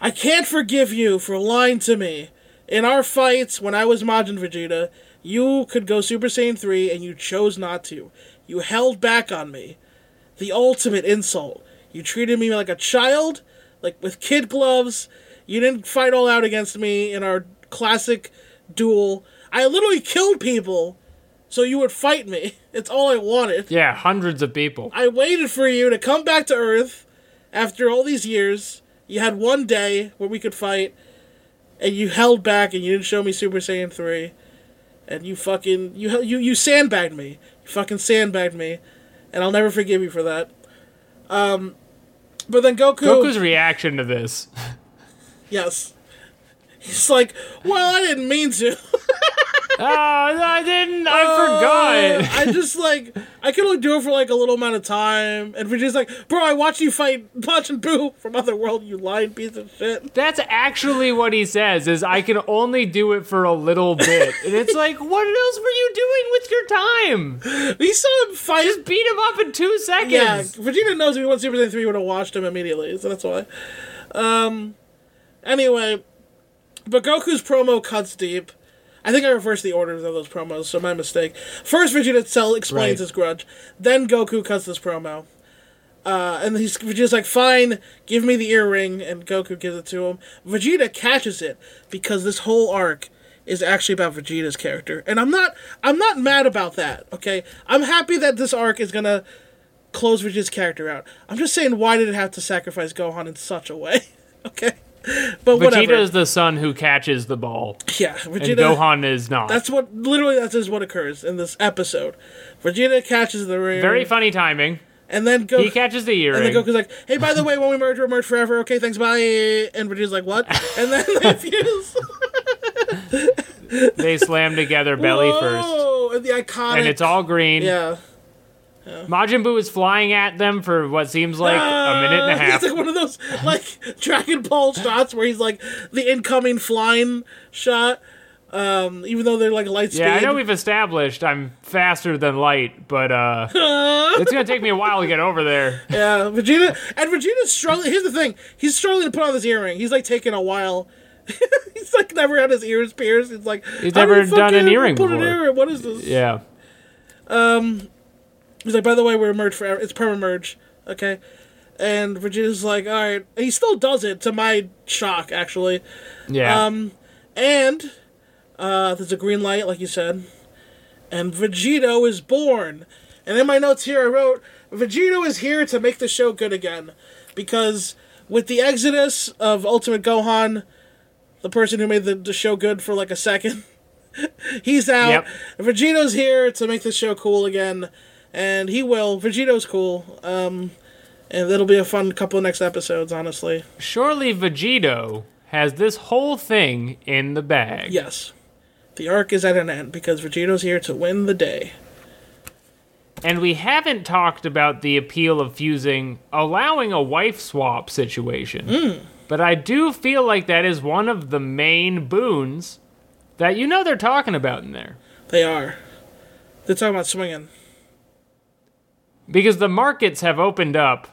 "I can't forgive you for lying to me. In our fights, when I was Majin Vegeta, you could go Super Saiyan three, and you chose not to. You held back on me. The ultimate insult. You treated me like a child, like with kid gloves. You didn't fight all out against me in our classic duel. I literally killed people so you would fight me. [laughs] It's all I wanted.
Yeah, hundreds of people.
I waited for you to come back to Earth after all these years. You had one day where we could fight, and you held back and you didn't show me Super Saiyan 3. And you fucking. You, you, you sandbagged me. You fucking sandbagged me. And I'll never forgive you for that. Um, but then Goku.
Goku's reaction to this.
yes. He's like, well, I didn't mean to.
Oh, no, I didn't. I forgot.
Uh, I just like I can only do it for like a little amount of time, and Vegeta's like, "Bro, I watched you fight Punch and Boo from Otherworld, you lying piece of shit."
That's actually what he says is I can only do it for a little bit. And
[laughs]
it's like, what else were you doing with your time?
He saw him fight.
Just beat him up in two seconds.
yeah, Vegeta knows if he won Super Saiyan three, he would have watched him immediately, so that's why. Um, anyway, but Goku's promo cuts deep. I think I reversed the orders of those promos, so my mistake. First, Vegeta tell, explains
Right.
his grudge. Then Goku cuts this promo. Uh, and he's Vegeta's like, fine, give me the earring, and Goku gives it to him. Vegeta catches it because this whole arc is actually about Vegeta's character, and I'm not, I'm not mad about that. Okay, I'm happy that this arc is gonna close Vegeta's character out. I'm just saying, why did it have to sacrifice Gohan in such a way? [laughs] okay, but
Vegeta
whatever.
is the son who catches the ball,
yeah,
and
Vegeta.
Gohan is not.
That's what literally that is what occurs in this episode. Vegeta catches the ring,
Very funny timing.
and then Goku
He catches the
and then
earring.
Goku's like, "Hey, by the way, when we merge, we're merged forever. Okay, thanks, bye." And Vegeta's like, "What?" And then
[laughs]
they fuse
They slam together belly first.
Whoa! Oh, And the iconic,
And it's all green.
yeah,
Majin Buu is flying at them for what seems like a minute
[laughs]
and a half.
It's like one of those like Dragon Ball shots where he's like the incoming flying shot. Um, even though they're like light speed,
Yeah, I know we've established I'm faster than light, but [laughs] uh, it's gonna take me a while to get over there.
Yeah, Vegeta and Vegeta's struggling. Here's the thing: he's struggling to put on this earring. He's like taking a while. [laughs] he's like never had his ears pierced. He's like
He's
"How do you
never done an
fucking
earring
put An
before."
earring? What is this?
Yeah,
He's like, by the way, we're merged forever. It's perma merge. Okay. And Vegeta's like, all right. And he still does it to my shock, actually.
yeah.
And uh, there's a green light, like you said. And Vegito is born. And in my notes here, I wrote Vegito is here to make the show good again. Because with the exodus of Ultimate Gohan, the person who made the, the show good for like a second, [laughs] he's out.
Yep.
Vegito's here to make the show cool again. And he will. Vegito's cool. Um, and it'll be a fun couple of next episodes, honestly.
Surely Vegito has this whole thing in the bag.
Yes. The arc is at an end because Vegito's here to win the day.
And we haven't talked about the appeal of fusing, allowing a wife swap situation. But I do feel like that is one of the main boons that you know they're talking about in there.
They are. They're talking about swinging.
Because the markets have opened up.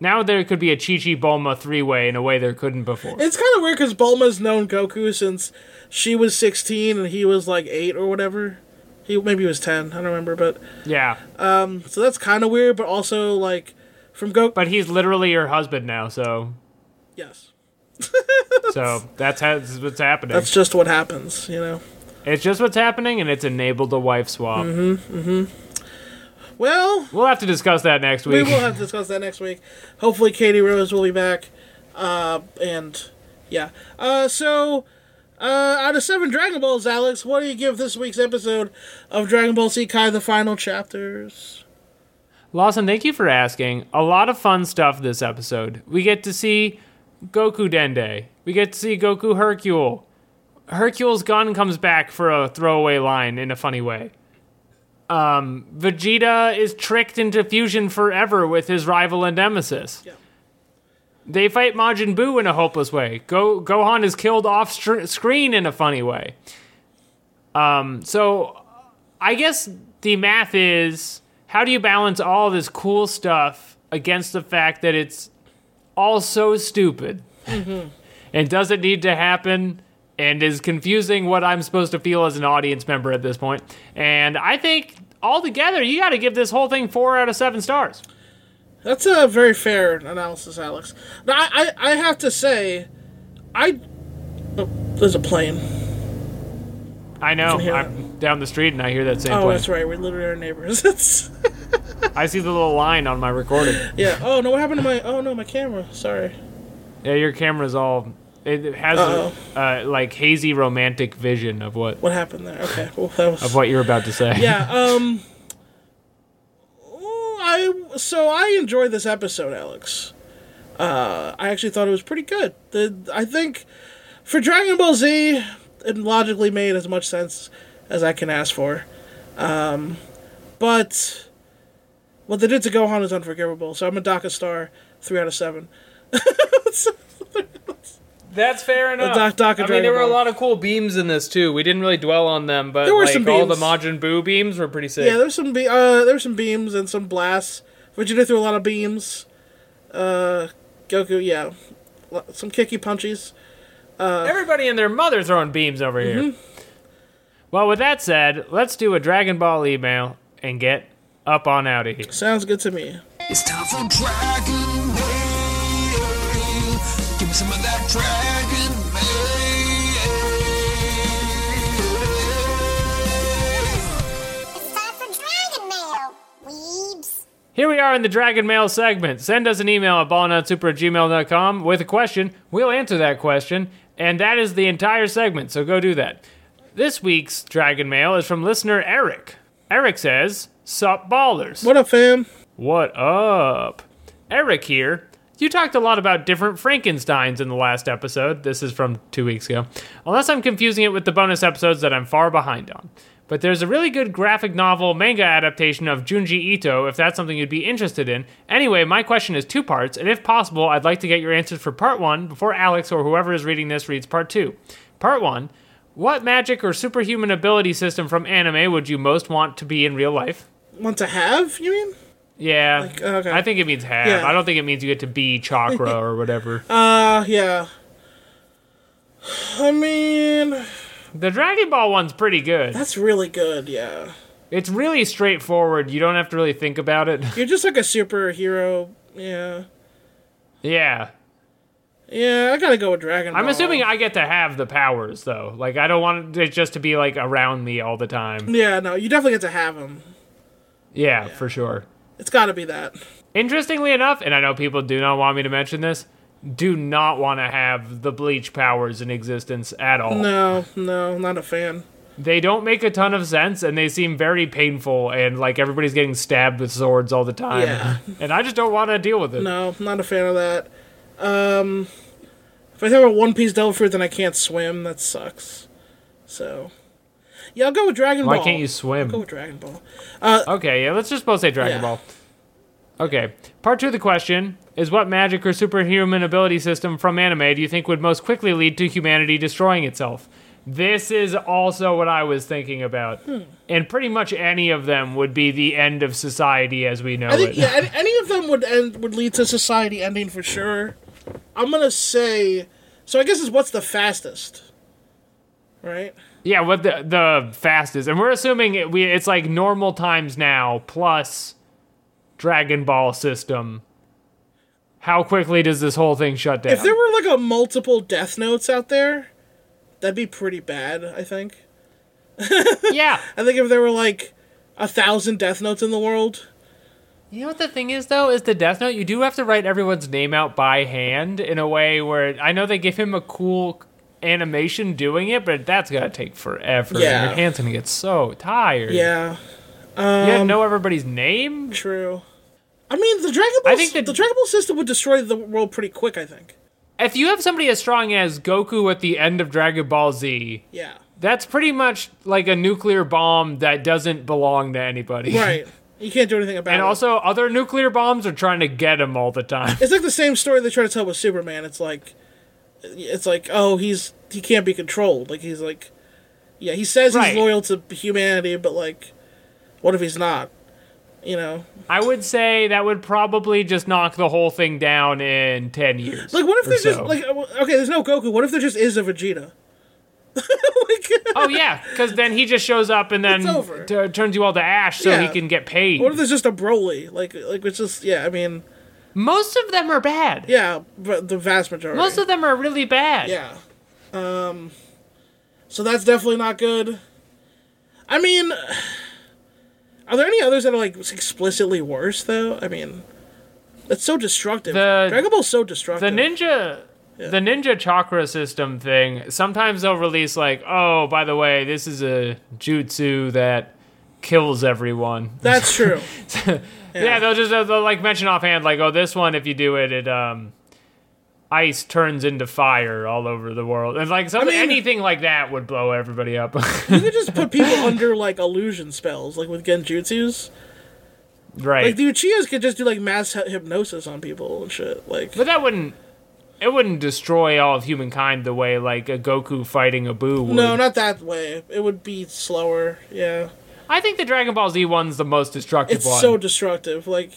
Now there could be a Chi Chi Bulma three way in a way there couldn't before.
It's kind of weird because Bulma's known Goku since she was 16 and he was like 8 or whatever. He Maybe he was 10. I don't remember. But
yeah.
So that's kind of weird, but also like from Goku.
But he's literally her husband now, so
yes.
so that's how, that's what's happening.
That's just what happens, you know?
It's just what's happening, and it's enabled a wife swap.
Mm-hmm. Well,
We'll have to discuss that next
we
week.
will have to discuss that next week. Hopefully, Katie Rose will be back. Uh, and yeah. Uh, so, uh, out of seven Dragon Balls, Alex, what do you give this week's episode of Dragon Ball Z Kai the final chapters?
Lawson, thank you for asking. A lot of fun stuff this episode. We get to see Goku Dende. We get to see Goku Hercule. Hercule's gun comes back for a throwaway line in a funny way. Um, Vegeta is tricked into fusion forever with his rival and nemesis.
Yeah.
They fight Majin Buu in a hopeless way. Go- Gohan is killed off str- screen in a funny way. Um, so I guess the math is how do you balance all this cool stuff against the fact that it's all so stupid
Mm-hmm.
and doesn't need to happen and is confusing what I'm supposed to feel as an audience member at this point. And I think altogether, you got to give this whole thing four out of seven stars.
That's a very fair analysis, Alex. Now, I, I, I have to say, I. Oh, there's a plane.
I know.
Can hear
I'm down the street and I hear that same
Oh,
place.
that's right. We're literally our neighbors. [laughs] It's,
I see the little line on my
[laughs]
recording.
yeah. Oh, no, what happened to my. Oh, no, my camera. Sorry.
Yeah, your camera's all. It has a, uh, like hazy romantic vision of what
What happened there? Okay. Well, that was.
of what you're about to say.
yeah um ooh, i so i enjoyed this episode alex uh i actually thought it was pretty good the i think for dragon ball z it logically made as much sense as I can ask for. Um, but what they did to Gohan is unforgivable. So I'm a Daka star, three out of seven.
That's fair enough.
Doc- Doc and
I mean, there
Dragon
were a
Ball.
lot of cool beams in this too. We didn't really dwell on them, but
There were
like
some
all the
beams.
Majin Buu beams were pretty sick.
Yeah, there's some be- uh, there's some beams and some blasts. Vegeta threw a lot of beams. Uh, Goku, yeah, Lo- some kicky punchies.
Everybody and their mother throwing beams over here.
Mm-hmm.
Well, with that said, let's do a Dragon Ball email and get up on out of here.
Sounds good to me.
It's time for Dragon Mail. Give me some of that Dragon Mail.
It's time for Dragon Mail, weebs.
Here we are in the Dragon Mail segment. Send us an email at ballnutsuper@gmail.com with a question. We'll answer that question, and that is the entire segment. So go do that. This week's Dragon Mail is from listener Eric. Eric says, "Sup ballers."
What up, fam?
What up? Eric here. You talked a lot about different Frankensteins in the last episode. This is from two weeks ago. Unless I'm confusing it with the bonus episodes that I'm far behind on. But there's a really good graphic novel manga adaptation of Junji Ito if that's something you'd be interested in. Anyway, my question is two parts, and if possible, I'd like to get your answers for part one before Alex or whoever is reading this reads part two. Part one What magic or superhuman ability system from anime would you most want to be in real life?
Want to have? You mean?
Yeah,
okay.
I think it means have.
Yeah.
I don't think it means you get to be
[laughs]
chakra or whatever.
Uh, yeah. I mean,
the Dragon Ball one's pretty good.
that's really good. Yeah,
It's really straightforward. You don't have to really think about it. [laughs]
you're just like a superhero. Yeah,
yeah,
yeah. I gotta go with Dragon.
I'm
Ball.
assuming I get to have the powers though. Like I don't want it just to be like around me all the time.
yeah, no, you definitely get to have him.
Yeah, for sure.
It's gotta be that.
Interestingly enough, and I know people do not want me to mention this, do not want to have the bleach powers in existence at all.
No, no, not a fan.
they don't make a ton of sense and they seem very painful and like everybody's getting stabbed with swords all the time
Yeah.
and i just don't want to deal with it
No, not a fan of that. Um, if I have a One Piece Devil Fruit, then I can't swim. That sucks. So, yeah, I'll go with Dragon
why
Ball.
can't you
go
swim
with Dragon Ball?
okay yeah let's just both say dragon
Yeah.
ball okay part two of the question is what magic or superhuman ability system from anime do you think would most quickly lead to humanity destroying itself this is also what i was thinking about
Hmm.
and pretty much any of them would be the end of society as we know
I think
it [laughs]
yeah, any, any of them would end would lead to society ending for sure. I'm gonna say. So I guess it's what's the fastest, right?
Yeah, what the the fastest, and we're assuming it, we it's like normal times now plus Dragon Ball system. How quickly does this whole thing shut down?
If there were like a multiple Death Notes out there, that'd be pretty bad. I think.
yeah,
I think if there were like a thousand Death Notes in the world,
you know what the thing is though is the Death Note. You do have to write everyone's name out by hand in a way where I know they give him a cool animation doing it, but that's gotta take forever. and
Yeah.
your hand's gonna get so tired.
yeah,
you gotta know everybody's name.
true. I mean, the Dragon Ball.
I think
the,
that-
Dragon Ball system would destroy the world pretty quick. I think.
If you have somebody as strong as Goku at the end of Dragon Ball Z,
Yeah.
[laughs] That's pretty much like a nuclear bomb that doesn't belong to anybody.
Right. You can't do anything about
[laughs] And
it.
also, other nuclear bombs are trying to get him all the time.
[laughs] it's like the same story they try to tell with Superman. It's like, it's like, oh, he's he can't be controlled. Like he's like, yeah, he says
Right.
he's loyal to humanity, but like, what if he's not? You know,
I would say that would probably just knock the whole thing down in 10 years.
like what if
or
there's just
so.
like uh, okay, there's no Goku. What if there just is a Vegeta? [laughs] like,
Oh, yeah, because then he just shows up and then
It's over.
t- turns you all to ash so he
Yeah.
can get paid.
what if there's just a Broly? Like, like it's just yeah. I mean,
Most of them are bad.
yeah, but the vast majority.
Most of them are really bad.
Yeah. Um, so that's definitely not good. I mean, are there any others that are like explicitly worse though? I mean, it's so destructive.
The-
Dragon Ball's so
the
destructive.
ninja the ninja chakra system thing sometimes they'll release like oh by the way this is a jutsu that kills everyone
that's true.
yeah. they'll just they'll, they'll, like mention offhand like oh this one if you do it it um ice turns into fire all over the world. And like something,
mean-
anything like that would blow everybody
[laughs]
up. [laughs]
You could just put people [laughs] under like illusion spells, like with genjutsus.
right.
Like the Uchiyas could just do like mass hy- hypnosis on people and shit. Like
but that wouldn't it wouldn't destroy all of humankind the way like a Goku fighting a Boo would.
no, not that way. It would be slower. Yeah,
I think the Dragon Ball Z one's the most destructive
it's
one.
so destructive. Like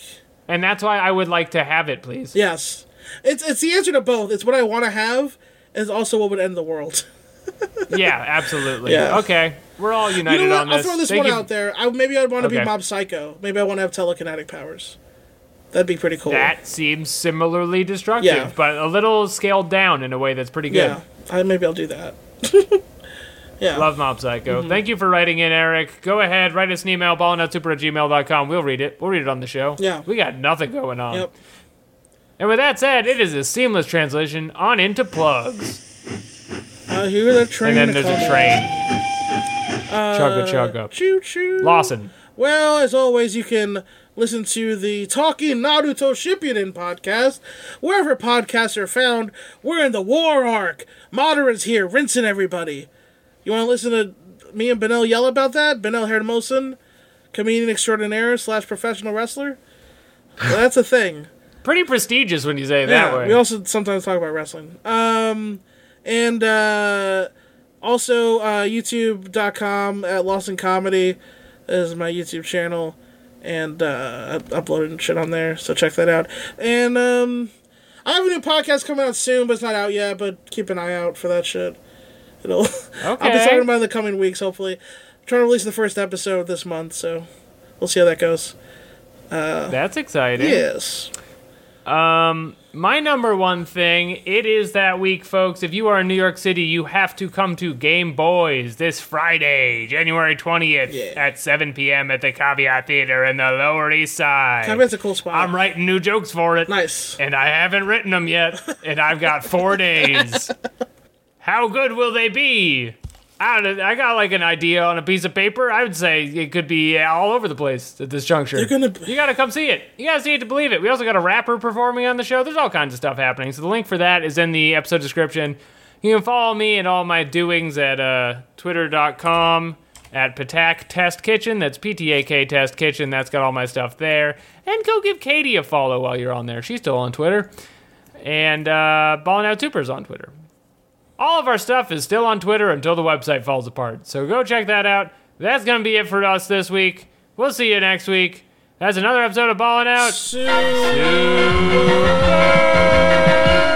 and that's why I would like to have it, please.
yes, it's it's the answer to both. It's what I want to have. and It's also what would end
[laughs]
the world.
Yeah, absolutely.
Yeah.
Okay. We're all
You
united
know what?
on this.
I'll throw this
Thank
one
you-
out there. I, maybe I'd want to
Okay.
be Mob Psycho. Maybe I want to have telekinetic powers. That'd be pretty cool.
That seems similarly destructive,
Yeah.
but a little scaled down in a way that's pretty good.
yeah, I, maybe I'll do that. [laughs] yeah.
Love Mob Psycho.
Mm-hmm.
Thank you for writing in, Eric. Go ahead, write us an email, ballnutsuper at gmail.com. We'll read it. We'll read it on the show.
Yeah.
We got nothing going on.
Yep.
And with that said, it is a seamless translation on into plugs.
I hear the train.
And then there's a
coming.
train.
Uh,
Chugga chugga.
Choo choo.
Lawson.
Well, as always, you can listen to the Talking Naruto Shippuden podcast. Wherever podcasts are found, we're in the war arc. Madara is here, rinsing everybody. You want to listen to me and Benel yell about that? Benel Hermosen, comedian extraordinaire slash professional wrestler? Well, that's a thing.
Pretty prestigious when you say it that
Yeah,
way.
We also sometimes talk about wrestling. Um, and uh, also uh, YouTube.com at Lawson Comedy is my YouTube channel, and uh, I- uploading shit on there. So check that out. And um, I have a new podcast coming out soon, but it's not out yet. But keep an eye out for that shit. It'll. [laughs] I'll be
Okay.
talking about it in the coming weeks. Hopefully, I'm trying to release the first episode this month, so we'll see how that goes.
That's exciting.
Yes.
My number one thing, it is that week, folks. If you are in New York City, you have to come to Game Boys this Friday, January 20th
Yeah.
at 7 p.m. at the Caveat Theater in the Lower East Side.
I mean, it's a cool spot.
I'm writing new jokes for it.
Nice.
And I haven't written them yet, and I've got
[laughs]
four days. How good will they be? I don't know. I got like an idea on a piece of paper. I would say it could be all over the place at this juncture.
You're gonna-
You gotta come see it. You gotta see it to believe it. We also got a rapper performing on the show. There's all kinds of stuff happening. So the link for that is in the episode description. You can follow me and all my doings at uh, twitter.com at Patak Test Kitchen. That's PTAK Test Kitchen. That's got all my stuff there. And go give Katie a follow while you're on there. She's still on Twitter. And uh, Ballin' Out Super's on Twitter. All of our stuff is still on Twitter until the website falls apart. So go check that out. That's going to be it for us this week. We'll see you next week. That's another episode of Ballin' Out.
Soon.
Super.